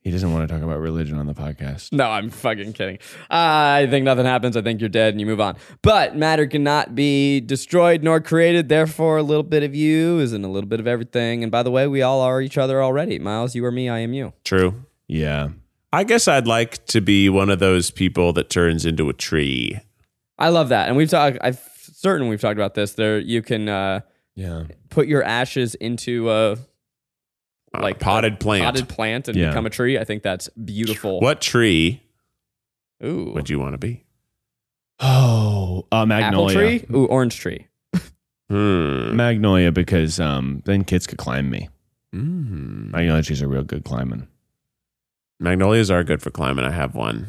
[SPEAKER 4] He doesn't want to talk about religion on the podcast.
[SPEAKER 2] No, I'm fucking kidding. Uh, I think nothing happens. I think you're dead and you move on. But matter cannot be destroyed nor created. Therefore, a little bit of you is in a little bit of everything. And by the way, we all are each other already. Miles, you are me. I am you.
[SPEAKER 3] True.
[SPEAKER 4] Yeah.
[SPEAKER 3] I guess I'd like to be one of those people that turns into a tree.
[SPEAKER 2] I love that. And we've talked. I'm certain we've talked about this. There, you can uh,
[SPEAKER 4] Yeah.
[SPEAKER 2] put your ashes into a
[SPEAKER 3] Like potted plant.
[SPEAKER 2] potted plant and
[SPEAKER 4] Yeah.
[SPEAKER 2] become a tree. I think that's beautiful.
[SPEAKER 3] What tree
[SPEAKER 2] Ooh,
[SPEAKER 3] would you want to be?
[SPEAKER 4] Oh, uh,
[SPEAKER 2] apple
[SPEAKER 4] magnolia.
[SPEAKER 2] tree? Ooh, orange tree.
[SPEAKER 3] Hmm.
[SPEAKER 4] Magnolia, because um, then kids could climb me.
[SPEAKER 3] Mm.
[SPEAKER 4] Magnolia trees are real good climbing.
[SPEAKER 3] Magnolias are good for climbing. I have one.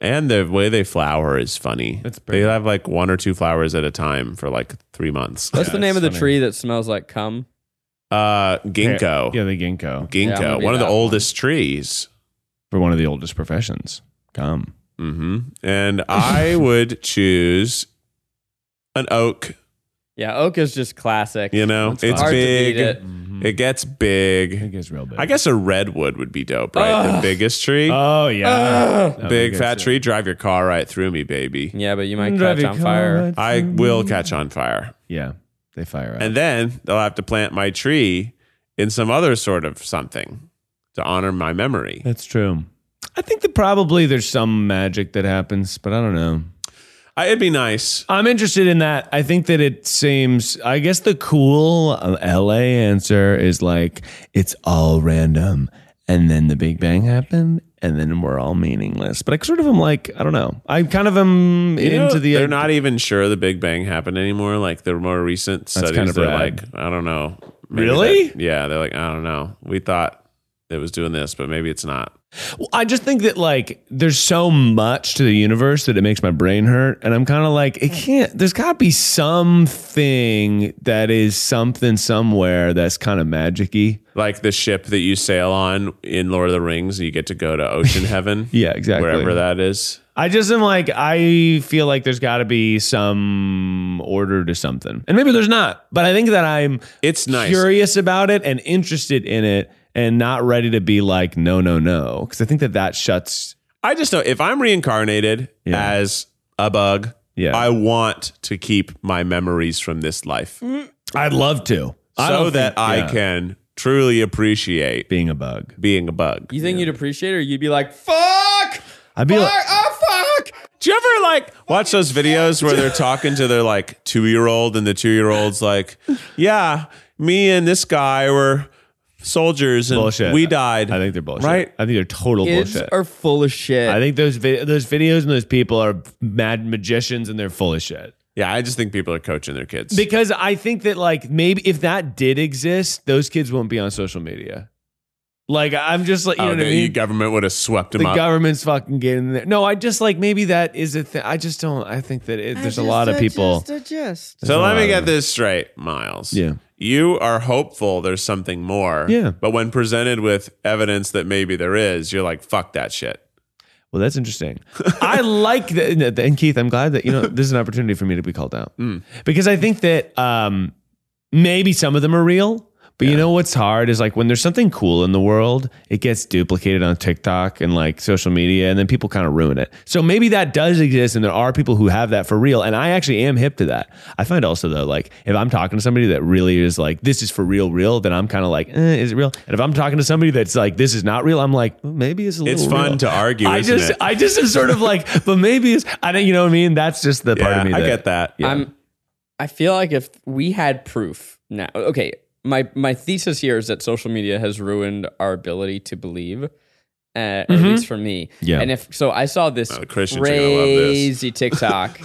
[SPEAKER 3] And the way they flower is funny.
[SPEAKER 4] That's
[SPEAKER 3] they
[SPEAKER 4] pretty.
[SPEAKER 3] have like one or two flowers at a time for like three months.
[SPEAKER 2] What's
[SPEAKER 4] Yeah,
[SPEAKER 2] the name of
[SPEAKER 4] that's
[SPEAKER 2] the
[SPEAKER 4] funny.
[SPEAKER 2] tree that smells like cum?
[SPEAKER 3] Uh, ginkgo.
[SPEAKER 4] Yeah, the ginkgo.
[SPEAKER 2] Yeah, I'm
[SPEAKER 3] Ginkgo,
[SPEAKER 2] gonna be
[SPEAKER 3] one of the
[SPEAKER 2] that one.
[SPEAKER 3] oldest trees.
[SPEAKER 4] For one of the oldest professions. Come.
[SPEAKER 3] hmm And I would choose an oak.
[SPEAKER 2] Yeah, oak is just classic.
[SPEAKER 3] You know,
[SPEAKER 2] It's
[SPEAKER 3] it's
[SPEAKER 2] hard to
[SPEAKER 3] big.
[SPEAKER 2] beat it.
[SPEAKER 4] Mm-hmm.
[SPEAKER 3] It gets
[SPEAKER 4] It
[SPEAKER 3] big.
[SPEAKER 4] gets real big.
[SPEAKER 3] I guess a redwood would be dope, right? the biggest tree.
[SPEAKER 4] Oh,
[SPEAKER 2] Ah,
[SPEAKER 4] yeah. That'd be
[SPEAKER 3] big
[SPEAKER 4] good,
[SPEAKER 3] fat
[SPEAKER 4] too.
[SPEAKER 3] tree. Drive your car right through me, baby.
[SPEAKER 2] Yeah, but you might catch on fire.
[SPEAKER 3] I will catch on fire.
[SPEAKER 4] Yeah, they fire up.
[SPEAKER 3] And then they'll have to plant my tree in some other sort of something to honor my memory.
[SPEAKER 4] That's true. I think that probably there's some magic that happens, but I don't know.
[SPEAKER 3] I, it'd be nice.
[SPEAKER 4] I'm interested in that. I think that it seems, I guess the cool uh, LA answer is like, it's all random. And then the Big Bang happened, and then we're all meaningless. But I sort of am like, I don't know. I kind of am
[SPEAKER 3] You know,
[SPEAKER 4] into the.
[SPEAKER 3] they're not even sure the Big Bang happened anymore. Like the more recent studies,
[SPEAKER 4] kind of
[SPEAKER 3] they're
[SPEAKER 4] rad.
[SPEAKER 3] like, I don't know. Maybe
[SPEAKER 4] Really?
[SPEAKER 3] that- yeah, they're like, I don't know. We thought it was doing this, but maybe it's not.
[SPEAKER 4] Well, I just think that like there's so much to the universe that it makes my brain hurt, and I'm kind of like it can't. There's got to be something that is something somewhere that's kind of magicy.
[SPEAKER 3] Like the ship that you sail on in Lord of the Rings, and you get to go to ocean heaven.
[SPEAKER 4] Yeah, exactly.
[SPEAKER 3] wherever that is.
[SPEAKER 4] I just am like I feel like there's got to be some order to something, and maybe there's not. But I think that I'm
[SPEAKER 3] It's nice.
[SPEAKER 4] curious about it and interested in it, and not ready to be like no, no, no, because I think that that shuts.
[SPEAKER 3] I just know if I'm reincarnated
[SPEAKER 4] Yeah.
[SPEAKER 3] as a bug,
[SPEAKER 4] Yeah.
[SPEAKER 3] I want to keep my memories from this life
[SPEAKER 4] Mm. I'd love to, I
[SPEAKER 3] so
[SPEAKER 4] don't
[SPEAKER 3] that
[SPEAKER 4] think-
[SPEAKER 3] I
[SPEAKER 4] yeah,
[SPEAKER 3] can truly appreciate
[SPEAKER 4] being a bug.
[SPEAKER 3] being a bug.
[SPEAKER 2] You think you'd appreciate it, or you'd be like, fuck!
[SPEAKER 4] I'd be like,
[SPEAKER 2] Oh, fuck!
[SPEAKER 3] Do you ever like watch those videos where they're talking to their like two year old and the two year old's like, yeah, me and this guy were soldiers and
[SPEAKER 4] Bullshit.
[SPEAKER 3] we died.
[SPEAKER 4] I think they're bullshit.
[SPEAKER 3] Right?
[SPEAKER 4] I think they're total
[SPEAKER 2] Kids
[SPEAKER 4] bullshit.
[SPEAKER 2] are full of shit.
[SPEAKER 4] I think those vi- those videos and those people are mad magicians and they're full of shit.
[SPEAKER 3] yeah, I just think people are coaching their kids.
[SPEAKER 4] Because I think that like maybe if that did exist, those kids won't be on social media. Like I'm just like you
[SPEAKER 3] oh,
[SPEAKER 4] know what
[SPEAKER 3] the
[SPEAKER 4] I mean.
[SPEAKER 3] government would have swept them
[SPEAKER 4] The
[SPEAKER 3] up.
[SPEAKER 4] government's fucking getting there. No, I just like maybe that is a thing. I just don't. I think that it, there's a lot of people.
[SPEAKER 3] so let
[SPEAKER 4] lot
[SPEAKER 3] me
[SPEAKER 4] of
[SPEAKER 3] get
[SPEAKER 4] them.
[SPEAKER 3] this straight, Miles.
[SPEAKER 4] Yeah.
[SPEAKER 3] You are hopeful there's something more.
[SPEAKER 4] Yeah.
[SPEAKER 3] But when presented with evidence that maybe there is, you're like, fuck that shit.
[SPEAKER 4] Well, that's interesting. I like that. And Keith, I'm glad that, you know, this is an opportunity for me to be called out because I think that um, maybe some of them are real. But you know what's hard is like when there's something cool in the world, it gets duplicated on TikTok and like social media, and then people kind of ruin it. So maybe that does exist, and there are people who have that for real. And I actually am hip to that. I find also though, like if I'm talking to somebody that really is like, this is for real, real, then I'm kind of like, eh, is it real? And if I'm talking to somebody that's like, this is not real, I'm like, well, maybe it's a little.
[SPEAKER 3] It's fun
[SPEAKER 4] real.
[SPEAKER 3] to argue,
[SPEAKER 4] I
[SPEAKER 3] isn't
[SPEAKER 4] just,
[SPEAKER 3] it?
[SPEAKER 4] I just am sort of like, but maybe it's, I don't, you know what I mean? That's just the part
[SPEAKER 3] yeah,
[SPEAKER 4] of me.
[SPEAKER 3] I
[SPEAKER 4] that,
[SPEAKER 3] get that.
[SPEAKER 4] Yeah.
[SPEAKER 2] I'm. I feel like if we had proof now, okay, my my thesis here is that social media has ruined our ability to believe, uh, or at least for me.
[SPEAKER 4] Yeah.
[SPEAKER 2] And if so, I saw this
[SPEAKER 3] Mm-hmm. Oh, Christians are gonna love this.
[SPEAKER 2] crazy TikTok.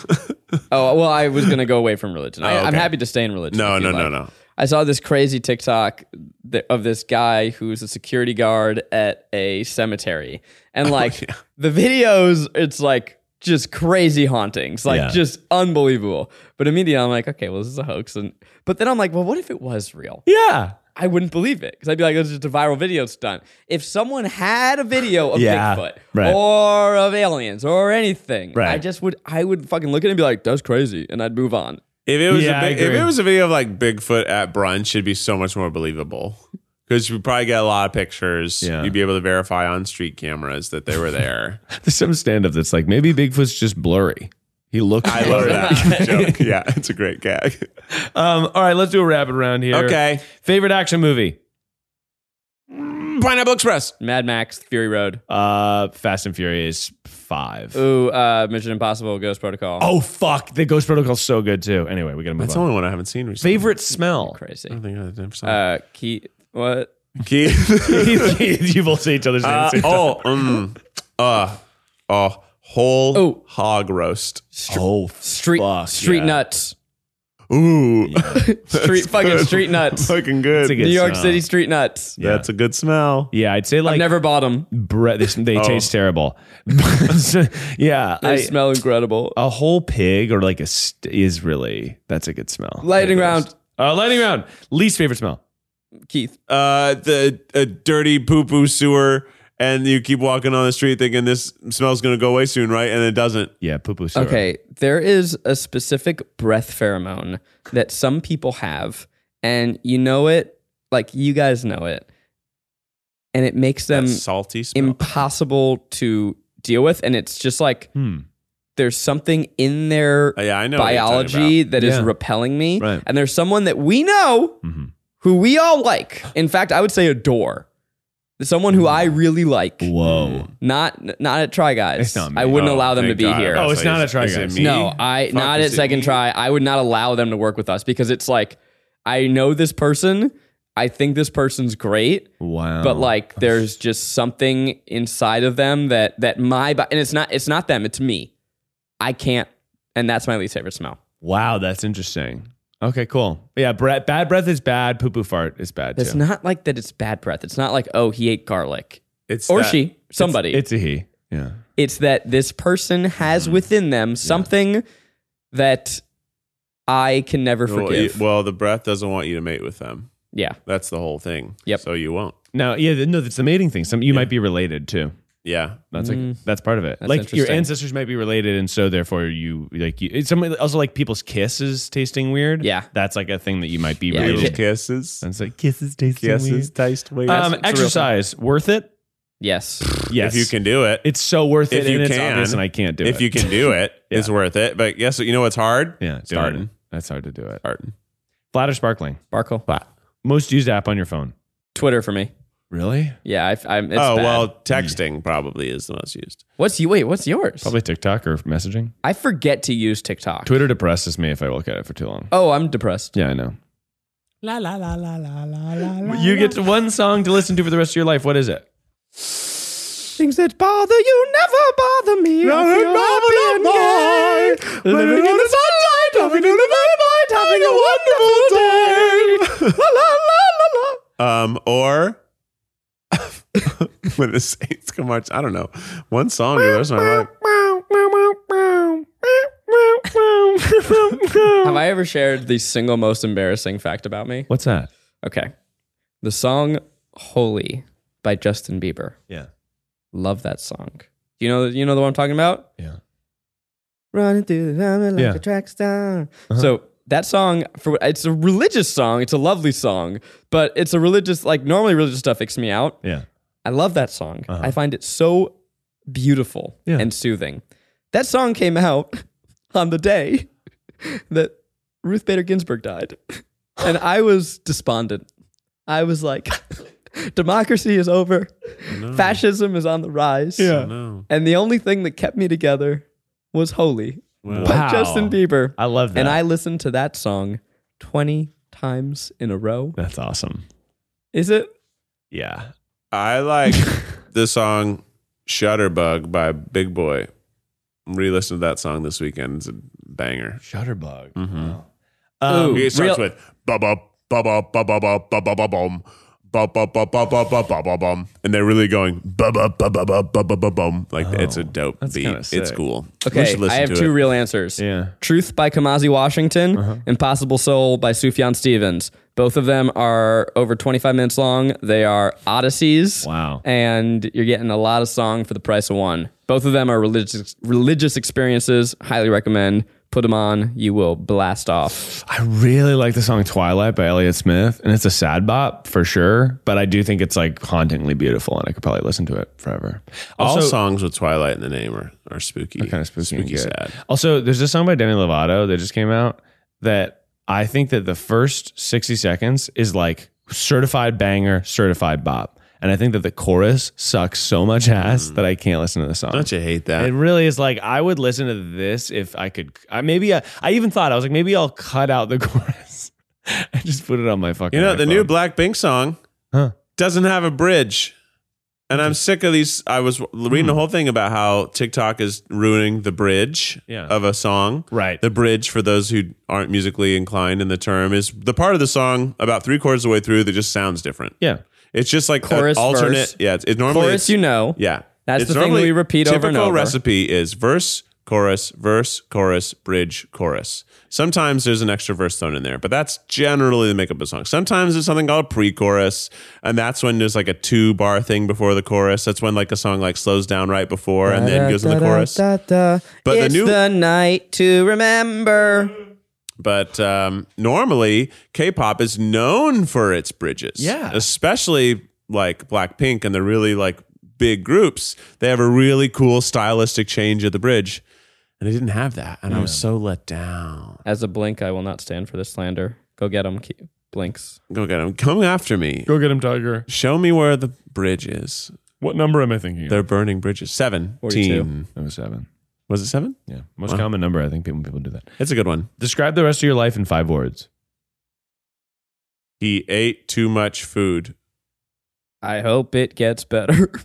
[SPEAKER 2] oh well, I was gonna go away from religion. I,
[SPEAKER 3] Oh,
[SPEAKER 2] I'm
[SPEAKER 3] okay.
[SPEAKER 2] happy to stay in religion.
[SPEAKER 3] No,
[SPEAKER 2] if you
[SPEAKER 3] no, no,
[SPEAKER 2] like.
[SPEAKER 3] no.
[SPEAKER 2] I saw this crazy TikTok th- of this guy who's a security guard at a cemetery.
[SPEAKER 4] Oh,
[SPEAKER 2] And like the videos, it's like just crazy hauntings, like
[SPEAKER 4] Yeah.
[SPEAKER 2] just unbelievable. But immediately I'm like, okay, well, this is a hoax. And but then I'm like, well, what if it was real?
[SPEAKER 4] Yeah.
[SPEAKER 2] I wouldn't believe it because I'd be like, "This is just a viral video stunt." If someone had a video of
[SPEAKER 4] Yeah,
[SPEAKER 2] Bigfoot
[SPEAKER 4] right.
[SPEAKER 2] or of aliens or anything, I
[SPEAKER 4] Right.
[SPEAKER 2] just would, I would fucking look at it and be like, "That's crazy," and I'd move on.
[SPEAKER 3] If it was
[SPEAKER 4] Yeah,
[SPEAKER 3] a
[SPEAKER 4] I
[SPEAKER 3] big, if
[SPEAKER 4] agree.
[SPEAKER 3] it was a video of like Bigfoot at brunch, it'd be so much more believable because you probably get a lot of pictures.
[SPEAKER 4] Yeah.
[SPEAKER 3] You'd be able to verify on street cameras that they were there.
[SPEAKER 4] There's some stand up that's like maybe Bigfoot's just blurry. He looks
[SPEAKER 3] I love that joke. Yeah, it's a great gag.
[SPEAKER 4] Um, all right, let's do a rapid round here.
[SPEAKER 3] Okay,
[SPEAKER 4] Favorite action movie?
[SPEAKER 3] Pineapple Express.
[SPEAKER 2] Mad Max, Fury Road.
[SPEAKER 4] Uh Fast and Furious 5.
[SPEAKER 2] Ooh, uh, Mission Impossible, Ghost Protocol.
[SPEAKER 4] Oh fuck, the Ghost Protocol's so good too. Anyway, we got to move
[SPEAKER 3] That's the
[SPEAKER 4] on.
[SPEAKER 3] only one I haven't seen recently.
[SPEAKER 4] Favorite smell?
[SPEAKER 3] I
[SPEAKER 2] crazy.
[SPEAKER 3] don't think I've never seen.
[SPEAKER 2] Uh, Keith, what?
[SPEAKER 3] Keith.
[SPEAKER 4] you both say each other's
[SPEAKER 3] Uh,
[SPEAKER 4] names.
[SPEAKER 3] oh, mm, uh, oh, whole
[SPEAKER 2] Oh.
[SPEAKER 3] hog roast.
[SPEAKER 4] oh,
[SPEAKER 2] Street,
[SPEAKER 4] Fuck,
[SPEAKER 2] street
[SPEAKER 4] yeah.
[SPEAKER 2] nuts.
[SPEAKER 3] Ooh,
[SPEAKER 2] Street fucking street nuts.
[SPEAKER 3] fucking good.
[SPEAKER 4] That's a good
[SPEAKER 2] New York
[SPEAKER 4] smell.
[SPEAKER 2] City street nuts.
[SPEAKER 4] Yeah.
[SPEAKER 3] That's a good smell.
[SPEAKER 4] yeah, I'd say
[SPEAKER 2] I've
[SPEAKER 4] like
[SPEAKER 2] never bought them.
[SPEAKER 4] bre- this, they
[SPEAKER 3] Oh.
[SPEAKER 4] taste terrible. yeah,
[SPEAKER 2] They
[SPEAKER 4] I- Oh,
[SPEAKER 2] smell incredible.
[SPEAKER 4] a whole pig or like a st- is really that's a good smell.
[SPEAKER 2] Lightning round,
[SPEAKER 4] Uh, lightning round. Least favorite smell.
[SPEAKER 2] Keith.
[SPEAKER 3] Uh, the a dirty poo poo sewer, and you keep walking on the street thinking this smell's gonna go away soon, right? And it doesn't.
[SPEAKER 4] Yeah, poo poo.
[SPEAKER 2] Okay, there is a specific breath pheromone that some people have, and you know it, like you guys know it, and it makes them
[SPEAKER 3] That salty smell.
[SPEAKER 2] impossible to deal with, and it's just like
[SPEAKER 4] Hmm.
[SPEAKER 2] there's something in their
[SPEAKER 3] Uh, yeah, I know. what you're talking
[SPEAKER 2] biology that is
[SPEAKER 4] Yeah.
[SPEAKER 2] repelling me.
[SPEAKER 4] Right.
[SPEAKER 2] And there's someone that we know
[SPEAKER 4] Mhm.
[SPEAKER 3] Mm-hmm.
[SPEAKER 2] who we all like. In fact, I would say adore. Someone who I really like.
[SPEAKER 4] Whoa.
[SPEAKER 2] Not not at Try Guys.
[SPEAKER 4] It's not me.
[SPEAKER 2] I wouldn't
[SPEAKER 3] Oh,
[SPEAKER 2] allow them to
[SPEAKER 3] thank
[SPEAKER 2] be
[SPEAKER 3] God.
[SPEAKER 2] here.
[SPEAKER 4] Oh,
[SPEAKER 3] I was
[SPEAKER 4] it's not
[SPEAKER 3] is-
[SPEAKER 4] a Try
[SPEAKER 3] is it
[SPEAKER 4] Guys.
[SPEAKER 3] me?
[SPEAKER 2] No, I
[SPEAKER 3] Fuck,
[SPEAKER 2] not at
[SPEAKER 3] is it
[SPEAKER 2] second
[SPEAKER 3] me?
[SPEAKER 2] try. I would not allow them to work with us because it's like I know this person. I think this person's great,
[SPEAKER 4] Wow.
[SPEAKER 3] Oh,
[SPEAKER 2] but like there's just something inside of them that that my bo- and it's not it's not them, it's me. I can't, and that's my least favorite smell.
[SPEAKER 4] wow, that's interesting. Okay, cool. Yeah, bre- bad breath is bad. Poo poo fart is bad
[SPEAKER 2] It's
[SPEAKER 4] too.
[SPEAKER 2] not like that. It's bad breath. It's not like oh he ate garlic
[SPEAKER 3] It's
[SPEAKER 2] or
[SPEAKER 3] that-
[SPEAKER 2] she somebody. It's,
[SPEAKER 4] It's a he. Yeah.
[SPEAKER 2] that this person has within them something that I can never
[SPEAKER 3] Well,
[SPEAKER 2] forgive.
[SPEAKER 3] you- well, the breath doesn't want you to mate with them.
[SPEAKER 2] yeah,
[SPEAKER 3] That's the whole thing.
[SPEAKER 2] Yep.
[SPEAKER 3] So you won't.
[SPEAKER 4] No. Yeah. th- No, that's the mating thing. Some you might be related too.
[SPEAKER 3] Yeah.
[SPEAKER 4] That's like that's part of it.
[SPEAKER 2] Mm. That's
[SPEAKER 4] like your
[SPEAKER 2] interesting.
[SPEAKER 4] ancestors might be related, and so therefore you like you. It's somebody also like people's kisses tasting weird.
[SPEAKER 2] Yeah.
[SPEAKER 4] that's like a thing that you might be
[SPEAKER 2] Yeah,
[SPEAKER 4] related.
[SPEAKER 3] Little
[SPEAKER 4] to.
[SPEAKER 3] kisses.
[SPEAKER 4] And it's like kisses tasting
[SPEAKER 3] Kisses
[SPEAKER 4] weird.
[SPEAKER 3] taste weird.
[SPEAKER 4] Um, exercise worth it?
[SPEAKER 2] yes.
[SPEAKER 4] Yes,
[SPEAKER 3] If you can do it,
[SPEAKER 4] It's so worth
[SPEAKER 3] If
[SPEAKER 4] it.
[SPEAKER 3] you
[SPEAKER 4] and it's
[SPEAKER 3] can.
[SPEAKER 4] obvious and I can't do it.
[SPEAKER 3] if you can do it, it's worth it. But guess what? You know what's hard?
[SPEAKER 4] yeah, doing
[SPEAKER 3] Starting.
[SPEAKER 4] it. That's hard to do it.
[SPEAKER 3] Starting.
[SPEAKER 4] Flat or sparkling?
[SPEAKER 2] Barkle.
[SPEAKER 4] Most used app on your phone.
[SPEAKER 2] Twitter for me.
[SPEAKER 4] Really?
[SPEAKER 2] Yeah, I, am It's
[SPEAKER 3] oh
[SPEAKER 2] bad.
[SPEAKER 3] well,
[SPEAKER 4] Mm.
[SPEAKER 3] texting probably is the most used.
[SPEAKER 2] What's you? Wait, what's yours?
[SPEAKER 4] Probably TikTok or messaging.
[SPEAKER 2] I forget to use TikTok.
[SPEAKER 4] Twitter depresses me if I look at it for too long.
[SPEAKER 2] Oh, I'm depressed.
[SPEAKER 4] Yeah, I know.
[SPEAKER 6] La la la la la la la. la.
[SPEAKER 4] You get one song to listen to for the rest of your life. What is it?
[SPEAKER 2] Things that bother you never bother me. I feel happy and gay. Living in the sunlight, loving in the moonlight, having a wonderful day. La, la, la, la, la.
[SPEAKER 3] Um, or when the Saints come march, I don't know. One song or the rest of my life.
[SPEAKER 2] Have I ever shared the single most embarrassing fact about me?
[SPEAKER 4] What's that?
[SPEAKER 2] Okay. The song Holy by Justin Bieber.
[SPEAKER 4] Yeah.
[SPEAKER 2] Love that song. You know you know the one I'm talking about?
[SPEAKER 4] Yeah.
[SPEAKER 2] Running through the diamond like
[SPEAKER 4] Yeah.
[SPEAKER 2] a track star. So that song for it's a religious song. It's a lovely song, but it's a religious like normally religious stuff freaks me out.
[SPEAKER 4] Yeah.
[SPEAKER 2] I love that song. I find it so beautiful
[SPEAKER 4] Yeah.
[SPEAKER 2] and soothing. That song came out on the day that Ruth Bader Ginsburg died. And I was despondent. I was like, democracy is over.
[SPEAKER 3] Mm.
[SPEAKER 2] Fascism is on the rise.
[SPEAKER 3] I know.
[SPEAKER 2] And the only thing that kept me together was Holy
[SPEAKER 3] Wow.
[SPEAKER 2] by Justin Bieber.
[SPEAKER 4] I love that.
[SPEAKER 2] And I listened to that song 20 times in a row.
[SPEAKER 4] That's awesome.
[SPEAKER 2] Is it?
[SPEAKER 4] Yeah.
[SPEAKER 3] I like the song Shutterbug by Big Boy. Re listened to that song this weekend. It's a banger.
[SPEAKER 4] Shutterbug. Wow. Um,
[SPEAKER 2] Ooh,
[SPEAKER 3] Um, it starts
[SPEAKER 2] real-
[SPEAKER 3] with ba ba ba ba ba ba ba ba ba ba bum. Ba ba ba ba ba ba ba ba bum. And they're really going ba ba ba ba ba ba ba ba bum. Like it's a dope
[SPEAKER 4] Oh, that's
[SPEAKER 3] beat.
[SPEAKER 4] kinda
[SPEAKER 3] It's
[SPEAKER 4] sick.
[SPEAKER 3] cool. We
[SPEAKER 2] Okay,
[SPEAKER 3] should listen
[SPEAKER 2] I have
[SPEAKER 3] to
[SPEAKER 2] two
[SPEAKER 3] it. Uh-huh.
[SPEAKER 2] real answers.
[SPEAKER 4] Yeah.
[SPEAKER 2] Truth by Kamazi Washington, Impossible Soul by Sufjan Stevens. Both of them are over 25 minutes long. They are odysseys.
[SPEAKER 4] Wow.
[SPEAKER 2] And you're getting a lot of song for the price of one. Both of them are religious religious experiences. Highly recommend. Put them on. You will blast off.
[SPEAKER 4] I really like the song Twilight by Elliott Smith, and it's a sad bop for sure, but I do think it's like hauntingly beautiful, and I could probably listen to it forever.
[SPEAKER 3] All
[SPEAKER 4] Also,
[SPEAKER 3] songs with Twilight in the name are, are spooky.
[SPEAKER 4] kind of spooky, and
[SPEAKER 3] spooky
[SPEAKER 4] good.
[SPEAKER 3] sad.
[SPEAKER 4] Also, there's a song by Demi Lovato that just came out that I think that the first 60 seconds is like certified banger, certified bop, and I think that the chorus sucks so much ass that I can't listen to the song.
[SPEAKER 3] Don't you hate that?
[SPEAKER 4] It really is like I would listen to this if I could. I maybe I, I even thought I was like maybe I'll cut out the chorus and just put it on my fucking.
[SPEAKER 3] You know, the
[SPEAKER 4] iPhone.
[SPEAKER 3] new Blackpink song
[SPEAKER 4] Huh.
[SPEAKER 3] doesn't have a bridge. And I'm sick of these. I was reading
[SPEAKER 2] Hmm.
[SPEAKER 3] the whole thing about how TikTok is ruining the bridge
[SPEAKER 4] Yeah.
[SPEAKER 3] of a song.
[SPEAKER 4] Right.
[SPEAKER 3] The bridge, for those who aren't musically inclined in the term, is the part of the song about three quarters of the way through that just sounds different.
[SPEAKER 4] yeah.
[SPEAKER 3] It's just like
[SPEAKER 2] Chorus,
[SPEAKER 3] an alternate.
[SPEAKER 2] verse.
[SPEAKER 3] Yeah. It's, it normally
[SPEAKER 2] Chorus,
[SPEAKER 3] it's-
[SPEAKER 2] you know.
[SPEAKER 3] yeah.
[SPEAKER 2] That's
[SPEAKER 3] It's
[SPEAKER 2] the thing
[SPEAKER 3] normally-
[SPEAKER 2] we repeat over and
[SPEAKER 3] Typical
[SPEAKER 2] over.
[SPEAKER 3] recipe is verse, chorus, verse, chorus, bridge, chorus. Sometimes there's an extra verse thrown in there, but that's generally the makeup of a song. Sometimes there's something called a pre-chorus, and that's when there's like a two-bar thing before the chorus. That's when like a song like slows down right before and then goes in the chorus. But
[SPEAKER 2] But
[SPEAKER 3] the
[SPEAKER 2] it's the,
[SPEAKER 3] new-
[SPEAKER 2] night to remember.
[SPEAKER 3] But um, normally, K-pop is known for its bridges.
[SPEAKER 4] Yeah.
[SPEAKER 3] especially like Blackpink and the really like big groups. They have a really cool stylistic change at the bridge, and they didn't have that, and I was so let down.
[SPEAKER 2] As a blink, I will not stand for this slander. Go get them, blinks.
[SPEAKER 3] Go get them. Come after me.
[SPEAKER 4] Go get him, Tiger.
[SPEAKER 3] Show me where the bridge is.
[SPEAKER 4] What number am I thinking?
[SPEAKER 3] They're burning bridges. Seventeen.
[SPEAKER 2] 42.
[SPEAKER 4] That was seven.
[SPEAKER 3] Was it seven?
[SPEAKER 4] Yeah, most common number I think people people do that.
[SPEAKER 3] It's a good one.
[SPEAKER 4] Describe the rest of your life in five words.
[SPEAKER 3] He ate too much food.
[SPEAKER 2] I hope it gets better.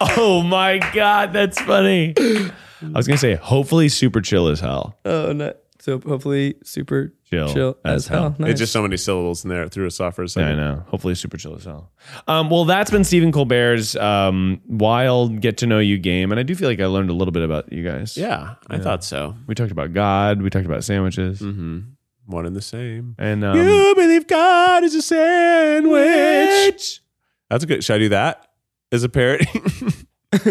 [SPEAKER 4] Oh my god, that's funny. I was gonna say, hopefully, super chill as hell.
[SPEAKER 2] oh, no. So hopefully, super
[SPEAKER 4] Chill, as, hell.
[SPEAKER 3] There's just so many syllables in there. It threw us off for a
[SPEAKER 4] Yeah, I
[SPEAKER 3] second.
[SPEAKER 4] know. Hopefully, super chill as hell. Um, well, that's been Stephen Colbert's um, wild get to know you game, and I do feel like I learned a little bit about you guys.
[SPEAKER 3] Yeah, I thought so.
[SPEAKER 4] we talked about God, we talked about sandwiches,
[SPEAKER 3] hmm One and the same.
[SPEAKER 4] and um,
[SPEAKER 3] you believe God is a sandwich. That's a good. Should I do that as a parody?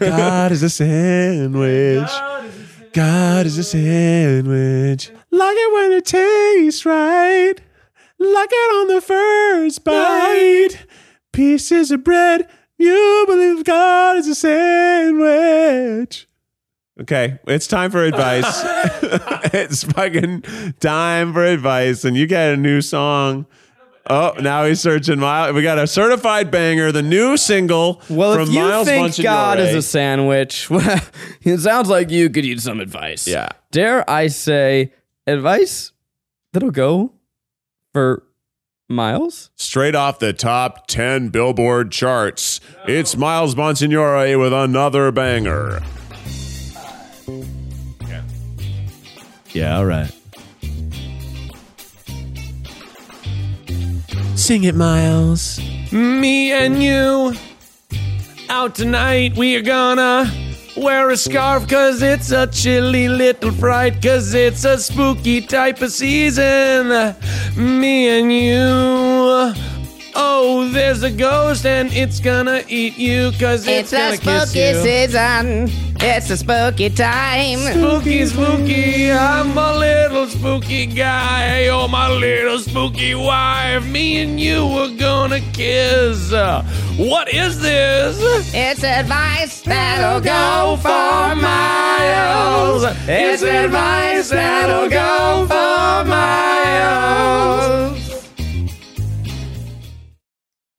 [SPEAKER 3] God is a sandwich. God is a sandwich. Like it when it tastes right. Like it on the first bite. Pieces of bread. You believe God is a sandwich. Okay, it's time for advice. it's fucking time for advice, and you get a new song. Oh, now he's searching. Miles. We got a certified banger, the new single
[SPEAKER 2] well,
[SPEAKER 3] from
[SPEAKER 2] if you
[SPEAKER 3] Miles
[SPEAKER 2] think
[SPEAKER 3] Monchignore.
[SPEAKER 2] God is a sandwich, well, it sounds like you could use some advice.
[SPEAKER 3] Yeah.
[SPEAKER 2] Dare I say advice that'll go for miles?
[SPEAKER 3] Straight off the top 10 Billboard charts, it's Miles Monsignore with another banger.
[SPEAKER 4] yeah, all right.
[SPEAKER 3] Sing it, Miles.
[SPEAKER 4] Me and you out tonight. We are gonna wear a scarf cause it's a chilly little fright cause it's a spooky type of season. Me and you. Oh, there's a ghost and it's gonna eat you cause it's, gonna kiss you.
[SPEAKER 7] season. It's a spooky time.
[SPEAKER 4] Spooky, spooky, I'm a little spooky guy. You're my little spooky wife. Me and you were gonna kiss. Uh, What is this?
[SPEAKER 7] It's advice that'll
[SPEAKER 4] Go for miles. It's advice that'll go for miles.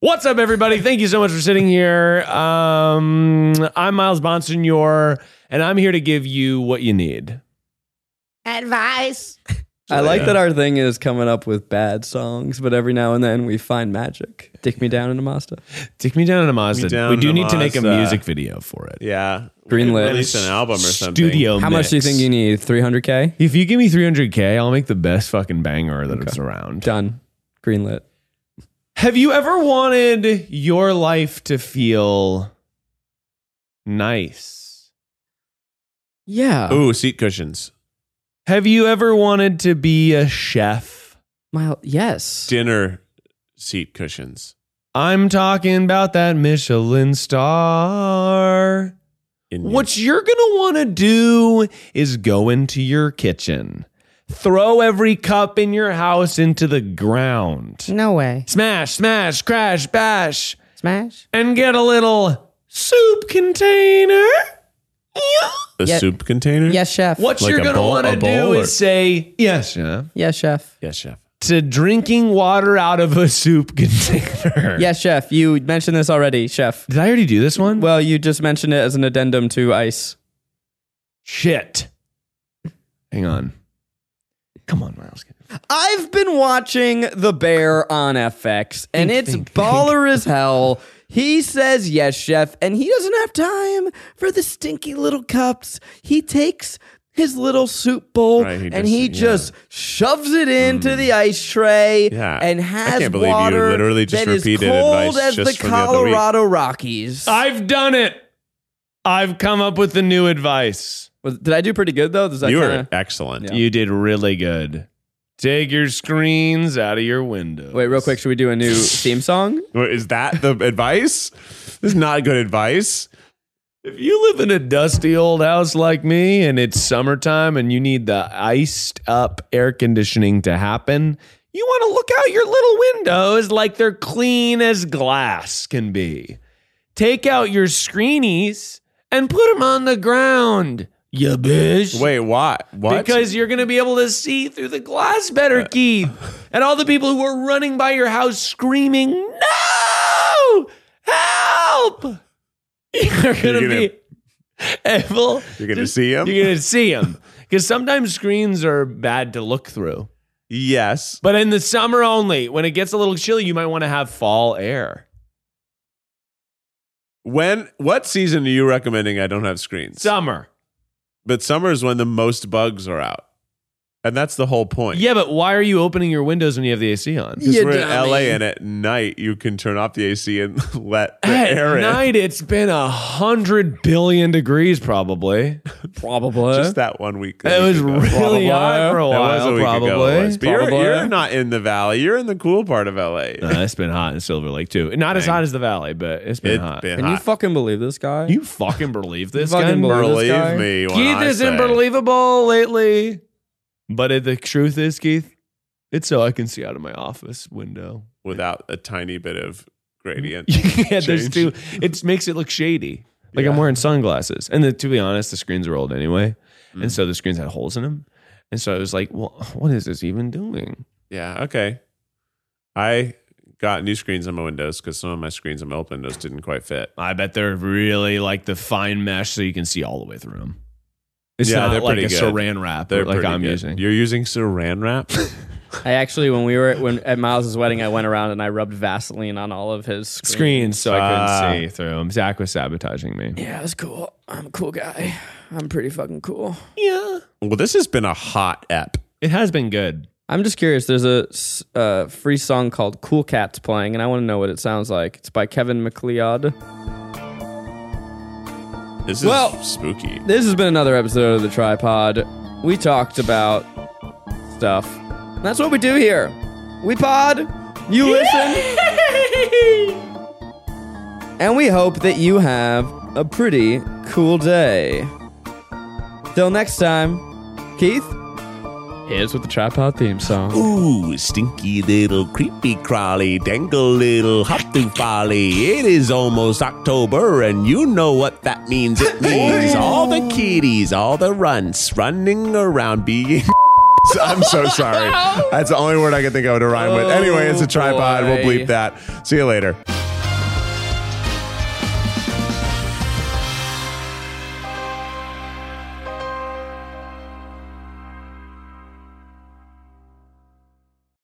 [SPEAKER 4] What's up, everybody? Thank you so much for sitting here. Um, I'm Miles Bonsignor, and I'm here to give you what you need.
[SPEAKER 7] Advice
[SPEAKER 2] I like that our thing is coming up with bad songs, but every now and then we find magic. Dick me down in a Mazda.
[SPEAKER 4] Take me down to Mazda.
[SPEAKER 3] down
[SPEAKER 4] we do
[SPEAKER 3] to
[SPEAKER 4] need to make a
[SPEAKER 3] Mazda.
[SPEAKER 4] music video for it.
[SPEAKER 3] Yeah. We
[SPEAKER 2] Greenlit.
[SPEAKER 3] could Release an album or something.
[SPEAKER 4] Studio.
[SPEAKER 2] How much do you
[SPEAKER 4] mix.
[SPEAKER 2] think you need? 300K?
[SPEAKER 4] If you give me 300k, I'll make the best fucking banger that is around.
[SPEAKER 2] Done. Greenlit.
[SPEAKER 4] Have you ever wanted your life to feel nice?
[SPEAKER 2] Yeah.
[SPEAKER 3] Ooh, seat cushions.
[SPEAKER 4] Have you ever wanted to be a chef?
[SPEAKER 2] Mile. Yes.
[SPEAKER 3] Dinner seat cushions.
[SPEAKER 4] I'm talking about that Michelin star.
[SPEAKER 3] In
[SPEAKER 4] What you're going to want to do is go into your kitchen, throw every cup in your house into the ground,
[SPEAKER 7] No way.
[SPEAKER 4] smash, smash, crash, bash,
[SPEAKER 7] Smash.
[SPEAKER 4] and get a little soup container.
[SPEAKER 3] the
[SPEAKER 7] Yeah.
[SPEAKER 3] soup container?
[SPEAKER 7] Yes, chef.
[SPEAKER 4] What
[SPEAKER 3] Like
[SPEAKER 4] you're
[SPEAKER 3] a
[SPEAKER 4] going to
[SPEAKER 3] bowl-
[SPEAKER 4] want
[SPEAKER 3] a
[SPEAKER 4] to do
[SPEAKER 3] bowl or-
[SPEAKER 4] is say, yes, chef,
[SPEAKER 7] Yes, chef.
[SPEAKER 3] Yes, chef.
[SPEAKER 4] to drinking water out of a soup container.
[SPEAKER 2] Yes, chef. You mentioned this already, chef.
[SPEAKER 4] Did I already do this one?
[SPEAKER 2] Well, you just mentioned it as an addendum to ice.
[SPEAKER 4] Shit. Hang on. Come on, Miles.
[SPEAKER 2] I've been watching The Bear on FX, and it's baller as hell. He says yes, chef, and he doesn't have time for the stinky little cups. He takes his little soup bowl
[SPEAKER 3] Right, he
[SPEAKER 2] and
[SPEAKER 3] just-
[SPEAKER 2] he
[SPEAKER 3] yeah. Mm.
[SPEAKER 2] just shoves it into the ice tray
[SPEAKER 3] Yeah.
[SPEAKER 2] and
[SPEAKER 3] I
[SPEAKER 2] has
[SPEAKER 3] can't believe you
[SPEAKER 2] water
[SPEAKER 3] literally just
[SPEAKER 2] that is
[SPEAKER 3] repeated
[SPEAKER 2] cold
[SPEAKER 3] advice
[SPEAKER 2] as
[SPEAKER 3] just
[SPEAKER 2] the
[SPEAKER 3] from the other week.
[SPEAKER 2] Colorado Rockies.
[SPEAKER 4] I've done it. I've come up with the new advice.
[SPEAKER 2] Was- did I do pretty good though? Does that
[SPEAKER 3] You were
[SPEAKER 2] kinda-
[SPEAKER 3] excellent.
[SPEAKER 4] You did really good. Take your screens out of your window.
[SPEAKER 2] Wait, real quick, should we do a new theme song?
[SPEAKER 3] Wait, Is that the advice? This is not good advice.
[SPEAKER 4] If you live in a dusty old house like me and it's summertime and you need the iced up air conditioning to happen, you want to look out your little windows like they're clean as glass can be. Take out your screenies and put them on the ground, you bitch.
[SPEAKER 3] Wait, why? What?
[SPEAKER 4] Because you're going to be able to see through the glass better, Keith. And all the people who were running by your house screaming, No! Help! You're going to
[SPEAKER 3] gonna-
[SPEAKER 4] be able.
[SPEAKER 3] You're gonna see 'em?
[SPEAKER 4] You're going to see them. Because sometimes screens are bad to look through.
[SPEAKER 3] yes.
[SPEAKER 4] But in the summer only, when it gets a little chilly, you might want to have fall air.
[SPEAKER 3] When? What season are you recommending? I don't have screens.
[SPEAKER 4] Summer.
[SPEAKER 3] But summer is when the most bugs are out, and that's the whole point.
[SPEAKER 4] Yeah, but why are you opening your windows when you have the AC on?
[SPEAKER 3] Because
[SPEAKER 2] You
[SPEAKER 3] we're in
[SPEAKER 2] dummy.
[SPEAKER 3] LA, and at night you can turn off the AC and let the
[SPEAKER 4] At
[SPEAKER 3] air in.
[SPEAKER 4] night, it's been a hundred billion degrees, probably.
[SPEAKER 2] Probably.
[SPEAKER 3] Just that one week.
[SPEAKER 4] It was really
[SPEAKER 2] Probably.
[SPEAKER 4] hot for a
[SPEAKER 3] That was a
[SPEAKER 4] while,
[SPEAKER 3] week ago, it was.
[SPEAKER 4] probably.
[SPEAKER 3] But you're,
[SPEAKER 2] Probably.
[SPEAKER 3] you're not in the valley. You're in the cool part of LA.
[SPEAKER 4] Uh, it's been hot in Silver Lake too. Not as hot as the Valley, but it's been
[SPEAKER 3] It's
[SPEAKER 4] hot.
[SPEAKER 3] been
[SPEAKER 2] Can you
[SPEAKER 3] hot.
[SPEAKER 2] fucking believe this guy?
[SPEAKER 4] you fucking believe this?
[SPEAKER 2] You fucking
[SPEAKER 4] Gunn?
[SPEAKER 2] believe this guy?
[SPEAKER 3] Believe me, when
[SPEAKER 4] Keith
[SPEAKER 3] I
[SPEAKER 4] isn't
[SPEAKER 3] say-
[SPEAKER 4] believable lately. But it, the truth is, Keith, it's so I can see out of my office window.
[SPEAKER 3] without a tiny bit of gradient.
[SPEAKER 4] yeah, there's
[SPEAKER 3] Change.
[SPEAKER 4] two. It makes it look shady. Like I'm
[SPEAKER 3] Yeah.
[SPEAKER 4] wearing sunglasses, and the, to be honest, the screens were old anyway, and so the screens had holes in them. And so I was like, "Well, what is this even doing?"
[SPEAKER 3] Yeah, okay. I got new screens on my windows because some of my screens on my old windows didn't quite fit.
[SPEAKER 4] I bet they're really like the fine mesh, so you can see all the way through them. It's
[SPEAKER 3] Yeah,
[SPEAKER 4] not
[SPEAKER 3] they're
[SPEAKER 4] like
[SPEAKER 3] pretty
[SPEAKER 4] a
[SPEAKER 3] good.
[SPEAKER 4] saran wrap,
[SPEAKER 3] They're
[SPEAKER 4] or like
[SPEAKER 3] pretty
[SPEAKER 4] I'm
[SPEAKER 3] good.
[SPEAKER 4] using.
[SPEAKER 3] You're using saran wrap?
[SPEAKER 2] I actually, when we were when at Miles's wedding, I went around and I rubbed Vaseline on all of his screens. Uh,
[SPEAKER 4] Screens, so I
[SPEAKER 3] Ah.
[SPEAKER 4] couldn't see through them. Zach was sabotaging me.
[SPEAKER 2] Yeah, it's cool. I'm a cool guy. I'm pretty fucking cool.
[SPEAKER 4] Yeah,
[SPEAKER 3] well, this has been a hot ep.
[SPEAKER 4] it has been good.
[SPEAKER 2] I'm just curious. There's a s- uh, free song called "Cool Cats" playing, and I want to know what it sounds like. It's by Kevin McLeod.
[SPEAKER 3] This is
[SPEAKER 2] Well-
[SPEAKER 3] spooky.
[SPEAKER 2] This has been another episode of the Tripod. We talked about stuff. That's what we do here. We pod. You listen. and we hope that you have a pretty cool day. Till next time, Keith. Here's with the tripod theme song.
[SPEAKER 3] Ooh, stinky little creepy crawly, dangle little hoppy folly. It is almost October, and you know what that means. It means all the kitties, all the runts running around being. I'm so Oh, sorry. That's the only word I could think of to rhyme with. Anyway, it's a tripod. We'll
[SPEAKER 2] boy.
[SPEAKER 3] bleep that. See you later.